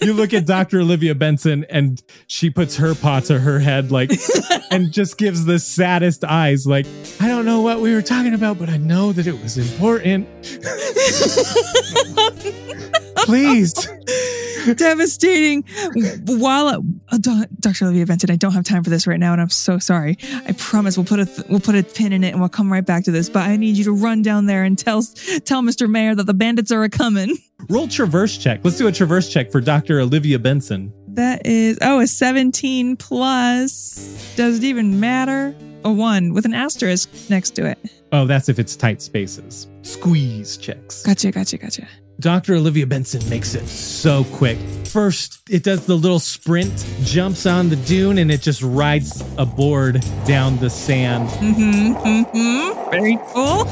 A: you look at Dr. Olivia Benson and she puts her paw to her head, like, and just gives the saddest eyes, like, I don't know what we were talking about, but I know that it was important. Please.
C: Devastating. While uh, Doc- Dr. Olivia Benson, I don't have time for this right now, and I'm so sorry. I promise we'll put a th- we'll put a pin in it, and we'll come right back to this. But I need you to run down there and tell tell Mr. Mayor that the bandits are a coming.
A: Roll traverse check. Let's do a traverse check for Dr. Olivia Benson.
C: That is oh a 17 plus. Does it even matter? A one with an asterisk next to it.
A: Oh, that's if it's tight spaces. Squeeze checks.
C: Gotcha, gotcha, gotcha.
A: Dr. Olivia Benson makes it so quick. First, it does the little sprint, jumps on the dune, and it just rides aboard down the sand.
C: Mm-hmm. Mm-hmm. Very cool.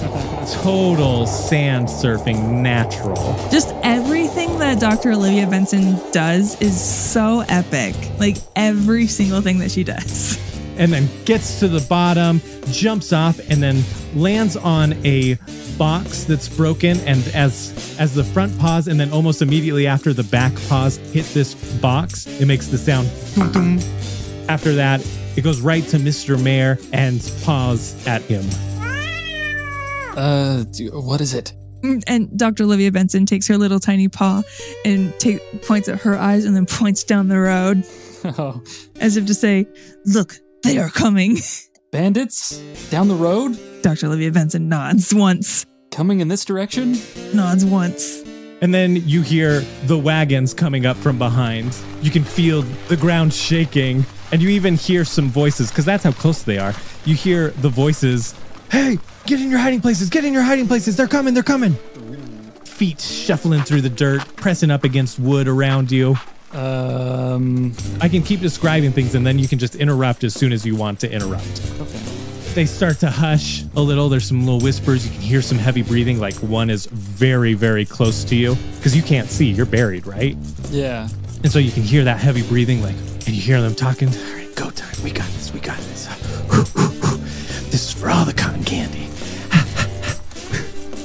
A: Total sand surfing, natural.
C: Just everything that Dr. Olivia Benson does is so epic. Like every single thing that she does.
A: And then gets to the bottom, jumps off, and then lands on a box that's broken. And as as the front paws, and then almost immediately after the back paws hit this box, it makes the sound. dum, dum. After that, it goes right to Mr. Mayor and paws at him.
B: Uh, do- what is it?
C: And Dr. Olivia Benson takes her little tiny paw and take, points at her eyes and then points down the road
B: Oh,
C: as if to say, Look, they are coming.
B: bandits down the road,
C: Dr. Olivia Benson nods once,
B: coming in this direction.
C: nods once.
A: And then you hear the wagons coming up from behind. You can feel the ground shaking, and you even hear some voices because that's how close they are. You hear the voices Hey, get in your hiding places, get in your hiding places. They're coming, they're coming. Feet shuffling through the dirt, pressing up against wood around you.
B: Um,
A: I can keep describing things, and then you can just interrupt as soon as you want to interrupt. They start to hush a little. There's some little whispers. You can hear some heavy breathing, like one is very, very close to you because you can't see. You're buried, right?
B: yeah.
A: And so you can hear that heavy breathing, like, and you hear them talking. All right, go time. We got this. We got this. This is for all the cotton candy.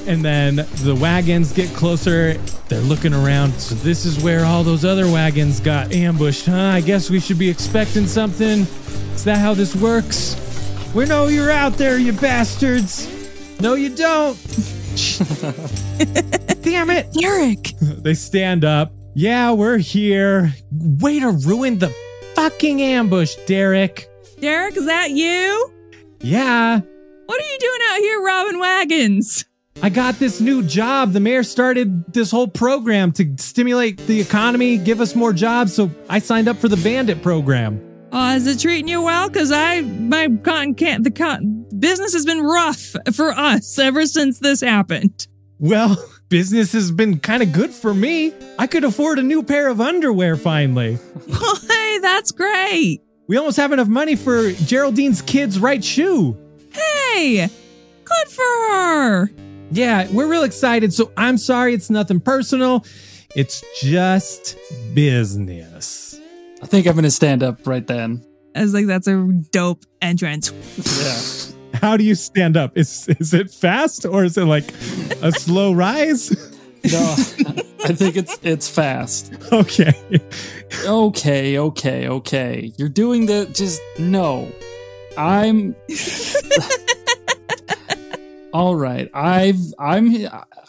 A: and then the wagons get closer. They're looking around. So this is where all those other wagons got ambushed, huh? I guess we should be expecting something. Is that how this works? We know you're out there, you bastards. No, you don't. Damn it.
C: Eric!
A: They stand up. Yeah, we're here. Way to ruin the fucking ambush, Derek.
C: Derek, is that you?
A: Yeah,
C: What are you doing out here robbing wagons?
A: I got this new job. The mayor started this whole program to stimulate the economy, give us more jobs. So I signed up for the bandit program.
C: Oh, is it treating you well? Cause I my cotton can't the cotton business has been rough for us ever since this happened.
A: Well, business has been kind of good for me. I could afford a new pair of underwear finally.
C: Oh, hey, that's great.
A: We almost have enough money for Geraldine's kid's right shoe.
C: Hey, good for her.
A: Yeah, we're real excited. So I'm sorry, it's nothing personal. It's just business.
B: I think I'm gonna stand up right then.
C: I was like, that's a dope entrance.
B: Yeah.
A: How do you stand up? Is is it fast or is it like a slow rise?
B: No, I think it's it's fast.
A: Okay.
B: Okay, okay, okay. You're doing the just no. I'm All right. I've I'm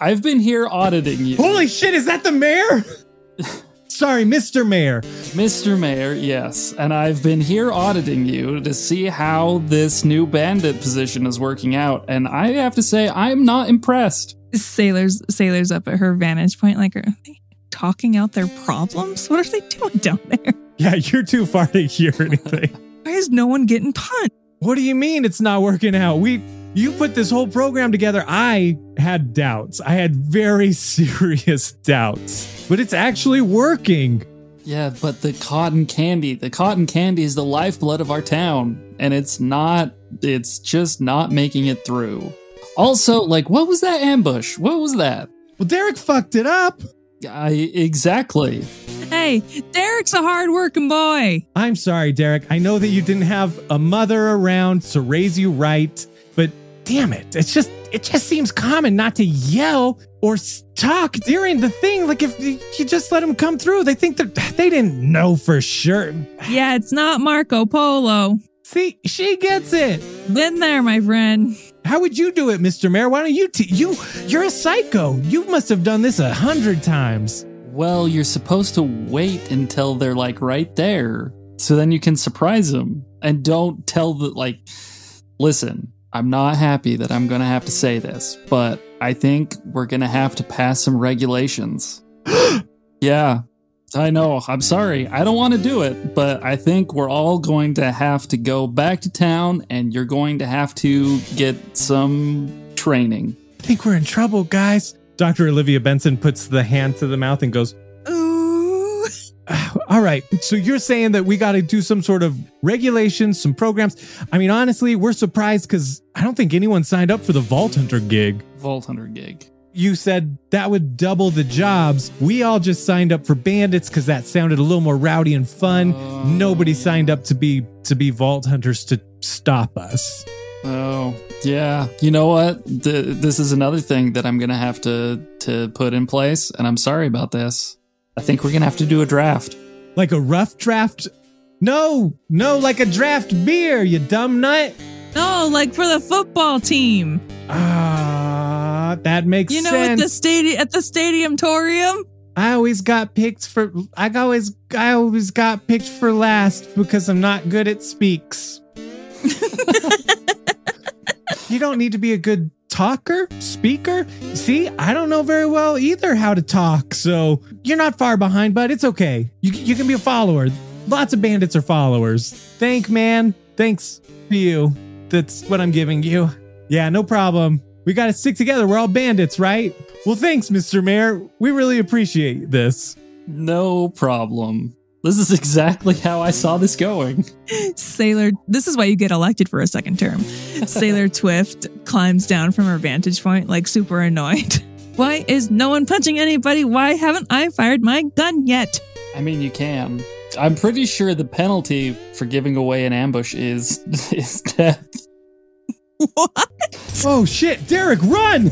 B: I've been here auditing you.
A: Holy shit, is that the mayor? Sorry, Mr. Mayor.
B: Mr. Mayor, yes, and I've been here auditing you to see how this new bandit position is working out, and I have to say I'm not impressed.
C: Sailors sailors up at her vantage point, like are they talking out their problems? What are they doing down there?
A: Yeah, you're too far to hear anything.
C: Why is no one getting punched?
A: what do you mean it's not working out? We you put this whole program together. I had doubts. I had very serious doubts. But it's actually working.
B: Yeah, but the cotton candy, the cotton candy is the lifeblood of our town, and it's not, it's just not making it through. Also, like, what was that ambush? What was that?
A: Well, Derek fucked it up.
B: I exactly.
C: Hey, Derek's a hard working boy.
A: I'm sorry, Derek. I know that you didn't have a mother around to raise you right, but damn it. It's just it just seems common not to yell or s- talk during the thing. Like if you you just let them come through, they think that they didn't know for sure.
C: Yeah, it's not Marco Polo.
A: See, she gets it.
C: Been there, my friend.
A: How would you do it, Mr. Mayor? Why don't you t- you you're a psycho. You must have done this a hundred times.
B: Well, you're supposed to wait until they're like right there. So then you can surprise them and don't tell the like listen, I'm not happy that I'm going to have to say this, but I think we're going to have to pass some regulations. yeah. I know. I'm sorry. I don't want to do it, but I think we're all going to have to go back to town and you're going to have to get some training.
A: I think we're in trouble, guys. Dr. Olivia Benson puts the hand to the mouth and goes,
C: Ooh.
A: All right. So you're saying that we got to do some sort of regulations, some programs. I mean, honestly, we're surprised because I don't think anyone signed up for the Vault Hunter gig.
B: Vault Hunter gig.
A: You said that would double the jobs. We all just signed up for bandits because that sounded a little more rowdy and fun.
B: Oh,
A: Nobody
B: yeah.
A: signed up to be to be vault hunters to stop us.
B: Oh yeah, you know what? Th this is another thing that I'm gonna have to to put in place, and I'm sorry about this. I think we're gonna have to do a draft.
A: Like a rough draft. No, no, like a draft beer, you dumb nut.
C: No, like for the football team.
A: Ah, that makes
C: You know,
A: sense.
C: at the stadium, at the stadium torium.
A: I always got picked for I always I always got picked for last because I'm not good at speaks. you don't need to be a good talker, speaker. See, I don't know very well either how to talk, so you're not far behind, but it's okay. You you can be a follower. Lots of bandits are followers. Thank man. Thanks to you. That's what I'm giving you. Yeah, no problem. We got to stick together. We're all bandits, right? Well, thanks, Mr. Mayor. We really appreciate this.
B: No problem. This is exactly how I saw this going.
C: Sailor, this is why you get elected for a second term. Sailor Twift climbs down from her vantage point, like super annoyed. Why is no one punching anybody? Why haven't I fired my gun yet?
B: I mean, you can. I'm pretty sure the penalty for giving away an ambush is is death.
C: What?
A: Oh, shit. Derek, run!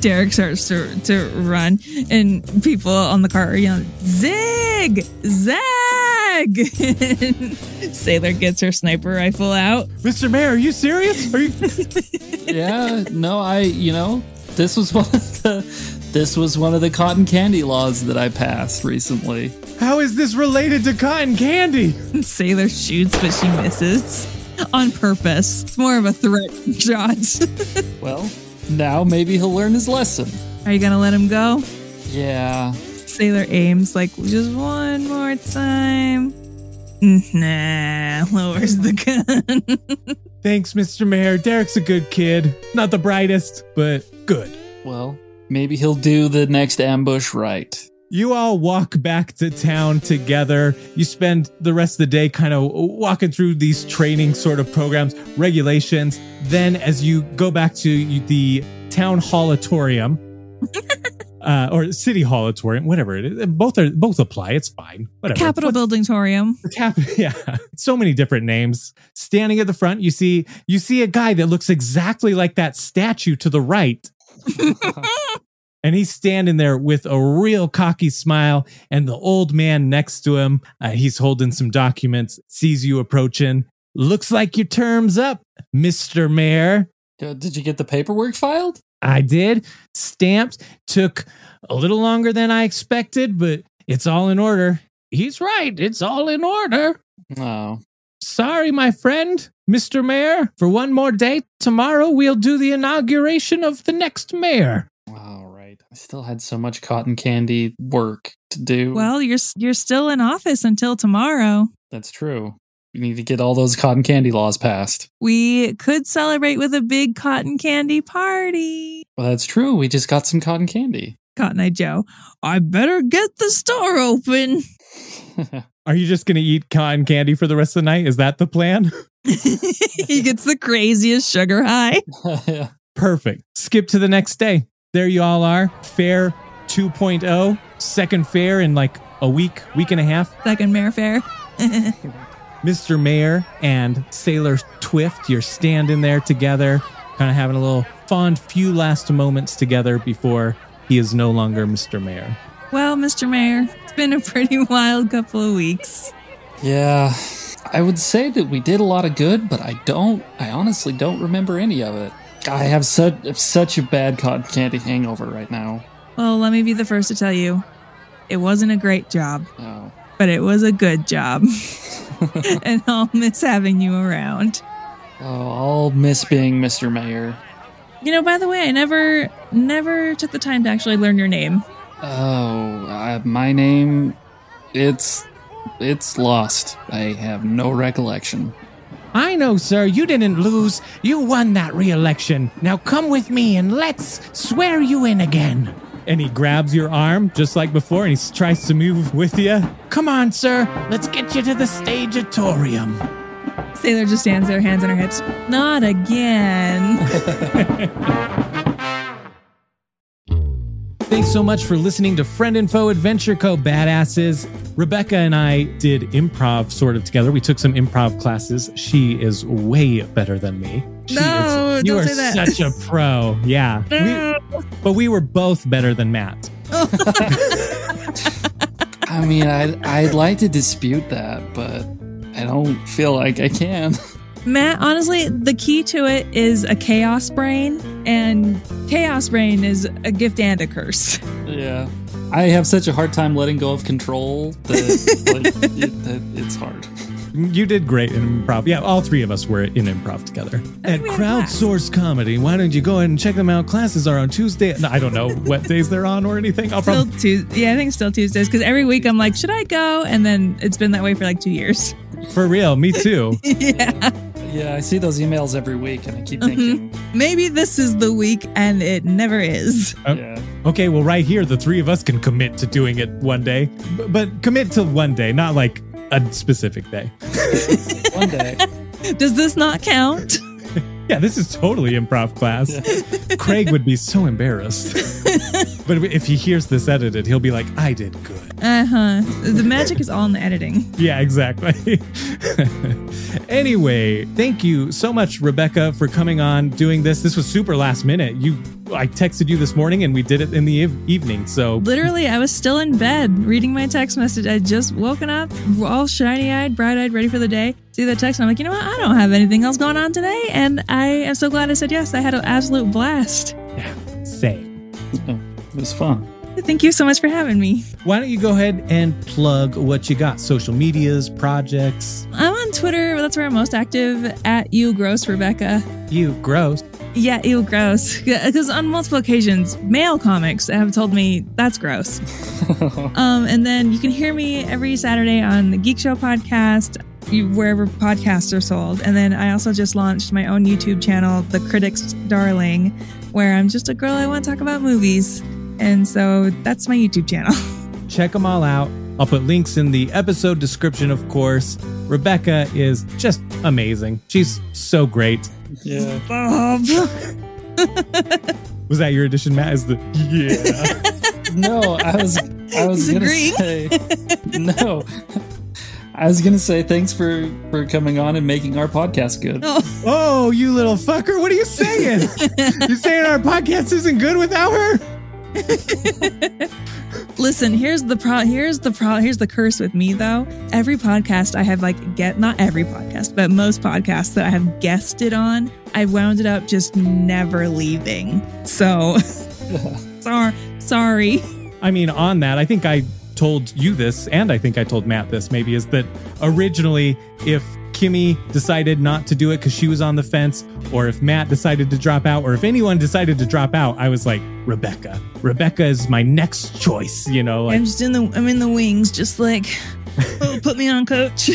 C: Derek starts to, to run, and people on the car are yelling, Zig! Zag! And Sailor gets her sniper rifle out.
A: Mr. Mayor, are you serious? Are you.
B: yeah, no, I, you know, this was one of the this was one of the cotton candy laws that I passed recently.
A: How is this related to cotton candy?
C: Sailor shoots, but she misses on purpose. It's more of a threat shot.
B: Well, now maybe he'll learn his lesson.
C: Are you gonna let him go?
B: Yeah.
C: Sailor aims like just one more time. Nah, lowers the gun.
A: Thanks, Mr. Mayor. Derek's a good kid. Not the brightest, but good.
B: Well, maybe he'll do the next ambush right.
A: You all walk back to town together. You spend the rest of the day kind of walking through these training sort of programs, regulations. Then, as you go back to you- the town hallatorium, uh, or city hallatorium, whatever it is, both are both apply. It's fine. Whatever.
C: Capitol Building Torium.
A: What's happening? Yeah, so many different names. Standing at the front, you see you see a guy that looks exactly like that statue to the right. And he's standing there with a real cocky smile. And the old man next to him, uh, he's holding some documents, sees you approaching. Looks like your term's up, Mr. Mayor.
B: Uh, Did you get the paperwork filed?
A: I did. Stamped. Took a little longer than I expected, but it's all in order. He's right. It's all in order.
B: Oh.
A: Sorry, my friend, Mr. Mayor. For one more day, tomorrow we'll do the inauguration of the next mayor.
B: All right. I still had so much cotton candy work to do.
C: Well, you're s- you're still in office until tomorrow.
B: that's true. We need to get all those cotton candy laws passed.
C: We could celebrate with a big cotton candy party.
B: Well, that's true. We just got some cotton candy.
C: Cotton Eye Joe, I better get the store open.
A: Are you just going to eat cotton candy for the rest of the night? Is that the plan?
C: he gets the craziest sugar high.
A: Perfect. Skip to the next day. There you all are. Fair oh. 2.0, second fair in like a week, week and a half.
C: Second Mare Fair.
A: Mr. Mayor and Sailor Twift, you're standing there together, kind of having a little fond few last moments together before he is no longer Mr. Mayor.
C: Well, Mr. Mayor, it's been a pretty wild couple of weeks.
B: Yeah, I would say that we did a lot of good, but I don't. I honestly don't remember any of it. I have such such a bad cotton candy hangover right now.
C: Well, let me be the first to tell you, it wasn't a great job,
B: Oh,
C: but it was a good job. and I'll miss having you around.
B: oh I'll miss being Mr. Mayor.
C: You know, by the way, I never, never took the time to actually learn your name.
B: Oh, uh, my name, it's it's lost. I have no recollection.
A: I know, sir, you didn't lose. You won that re election. Now come with me and let's swear you in again. And he grabs your arm just like before and he s- tries to move with you. Come on, sir, let's get you to the stageatorium.
C: Sailor just stands there, hands on her hips. Not again.
A: Thanks so much for listening to Friend Info Adventure Co. Badasses. Rebecca and I did improv sort of together. We took some improv classes. She is way better than me. She
C: No,
A: is, you
C: don't
A: are
C: say that.
A: such a pro. Yeah. We- but we were both better than Matt.
B: I mean, I I'd like to dispute that, but I don't feel like I can.
C: Matt, honestly, the key to it is a chaos brain, and chaos brain is a gift and a curse.
B: yeah, I have such a hard time letting go of control that, like, it, that it's hard.
A: You did great in improv. Yeah, all three of us were in improv together. At
C: we had a blast.
A: Crowdsource Comedy, why don't you go ahead and check them out? Classes are on Tuesday. No, I don't know what days they're on or anything. I'll
C: Still
A: probably
C: Tuesday, yeah, I think it's still Tuesdays because every week I'm like, should I go? And then it's been that way for like two years.
A: for real. Me too.
C: yeah,
B: Yeah, I see those emails every week, and I keep thinking,
C: maybe this is the week, and it never is.
A: Uh,
B: yeah,
A: Okay, well, right here, the three of us can commit to doing it one day, B- but commit to one day, not like a specific day.
B: one day.
C: Does this not count?
A: Yeah, this is totally improv class. Craig would be so embarrassed. but if he hears this edited, he'll be like, I did good.
C: Uh huh. The magic is all in the editing.
A: Yeah, exactly. anyway, thank you so much, Rebecca, for coming on doing this. This was super last minute. You, I texted you this morning, and we did it in the eve- evening. So
C: Literally, I was still in bed reading my text message. I just woken up, all shiny eyed, bright eyed, ready for the day. See the text, and I'm like, you know what? I don't have anything else going on today. And I am so glad I said yes. I had an absolute blast.
A: say,
B: It was fun.
C: Thank you so much for having me.
A: why don't you go ahead and plug what you got? Social medias, projects.
C: I'm on Twitter. That's where I'm most active at you gross Rebecca.
A: You gross.
C: Yeah, ew, gross. Because on multiple occasions, male comics have told me that's gross. um, and then you can hear me every Saturday on the Geek Show podcast, you- wherever podcasts are sold. And then I also just launched my own YouTube channel, The Critics Darling, where I'm just a girl I want to talk about movies. And so that's my YouTube channel.
A: Check them all out. I'll put links in the episode description, of course. Rebecca is just amazing. She's so great.
B: Yeah.
A: Was that your addition, Matt? Is the yeah.
B: No, I was I was
C: He's
B: gonna
C: agreeing.
B: say no. I was gonna say thanks for for coming on and making our podcast good.
A: Oh, you little fucker. What are you saying? You're saying our podcast isn't good without her?
C: Listen, here's the pro here's the pro here's the curse with me though. Every podcast I have like get not every podcast, but most podcasts that I have guested on, I've wound it up just never leaving. So sorry sorry.
A: I mean, on that, I think I told you this, and I think I told Matt this maybe, is that originally, if Kimmy decided not to do it because she was on the fence, or if Matt decided to drop out, or if anyone decided to drop out, I was like, Rebecca. Rebecca is my next choice, you know? Like,
C: I'm just in the I'm in the wings, just like oh, put me on coach.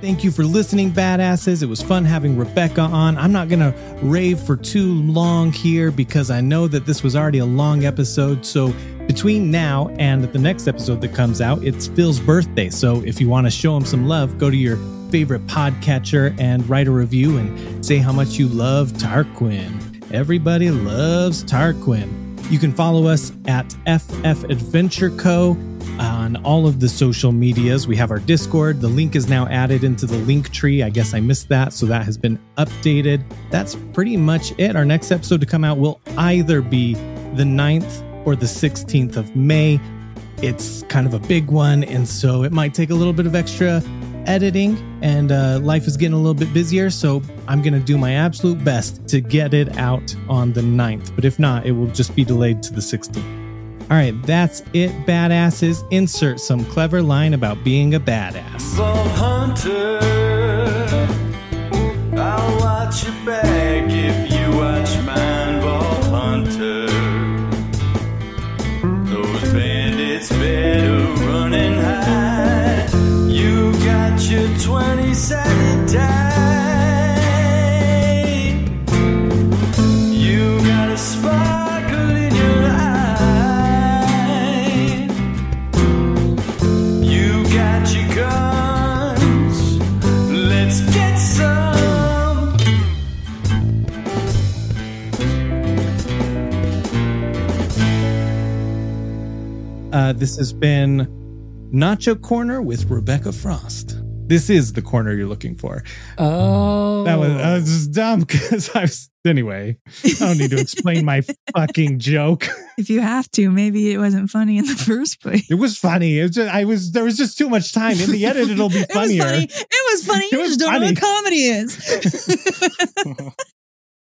A: Thank you for listening, badasses. It was fun having Rebecca on. I'm not going to rave for too long here because I know that this was already a long episode. So, between now and the next episode that comes out, it's Phil's birthday. So, if you want to show him some love, go to your favorite podcatcher and write a review and say how much you love Tarquin. Everybody loves Tarquin. You can follow us at FF Adventure Co. on all of the social medias. We have our Discord. The link is now added into the link tree. I guess I missed that, so that has been updated. That's pretty much it. Our next episode to come out will either be the 9th or the 16th of May. It's kind of a big one, and so it might take a little bit of extra editing, and uh, life is getting a little bit busier, so I'm going to do my absolute best to get it out on the 9th. But if not, it will just be delayed to the 16th. All right, that's it, badasses. Insert some clever line about being a badass.
B: Some hunter. I'll watch your back if you watch mine, ball hunter. Those bandits better run and hide. You got your 20 Saturday. You got a sparkle in your eye. You got your guns. Let's get some.
A: Uh, this has been Nacho Corner with Rebecca Frost. This is the corner you're looking for.
I: Oh,
A: That was, that was just dumb because I was. Anyway, I don't need to explain my fucking joke.
C: If you have to, maybe it wasn't funny in the first place.
A: It was funny. It was just, I was there was just too much time. In the edit, it'll be
C: It was
A: funnier.
C: funny. It was funny.
A: It
C: you
A: was
C: just don't know
A: funny.
C: what comedy is.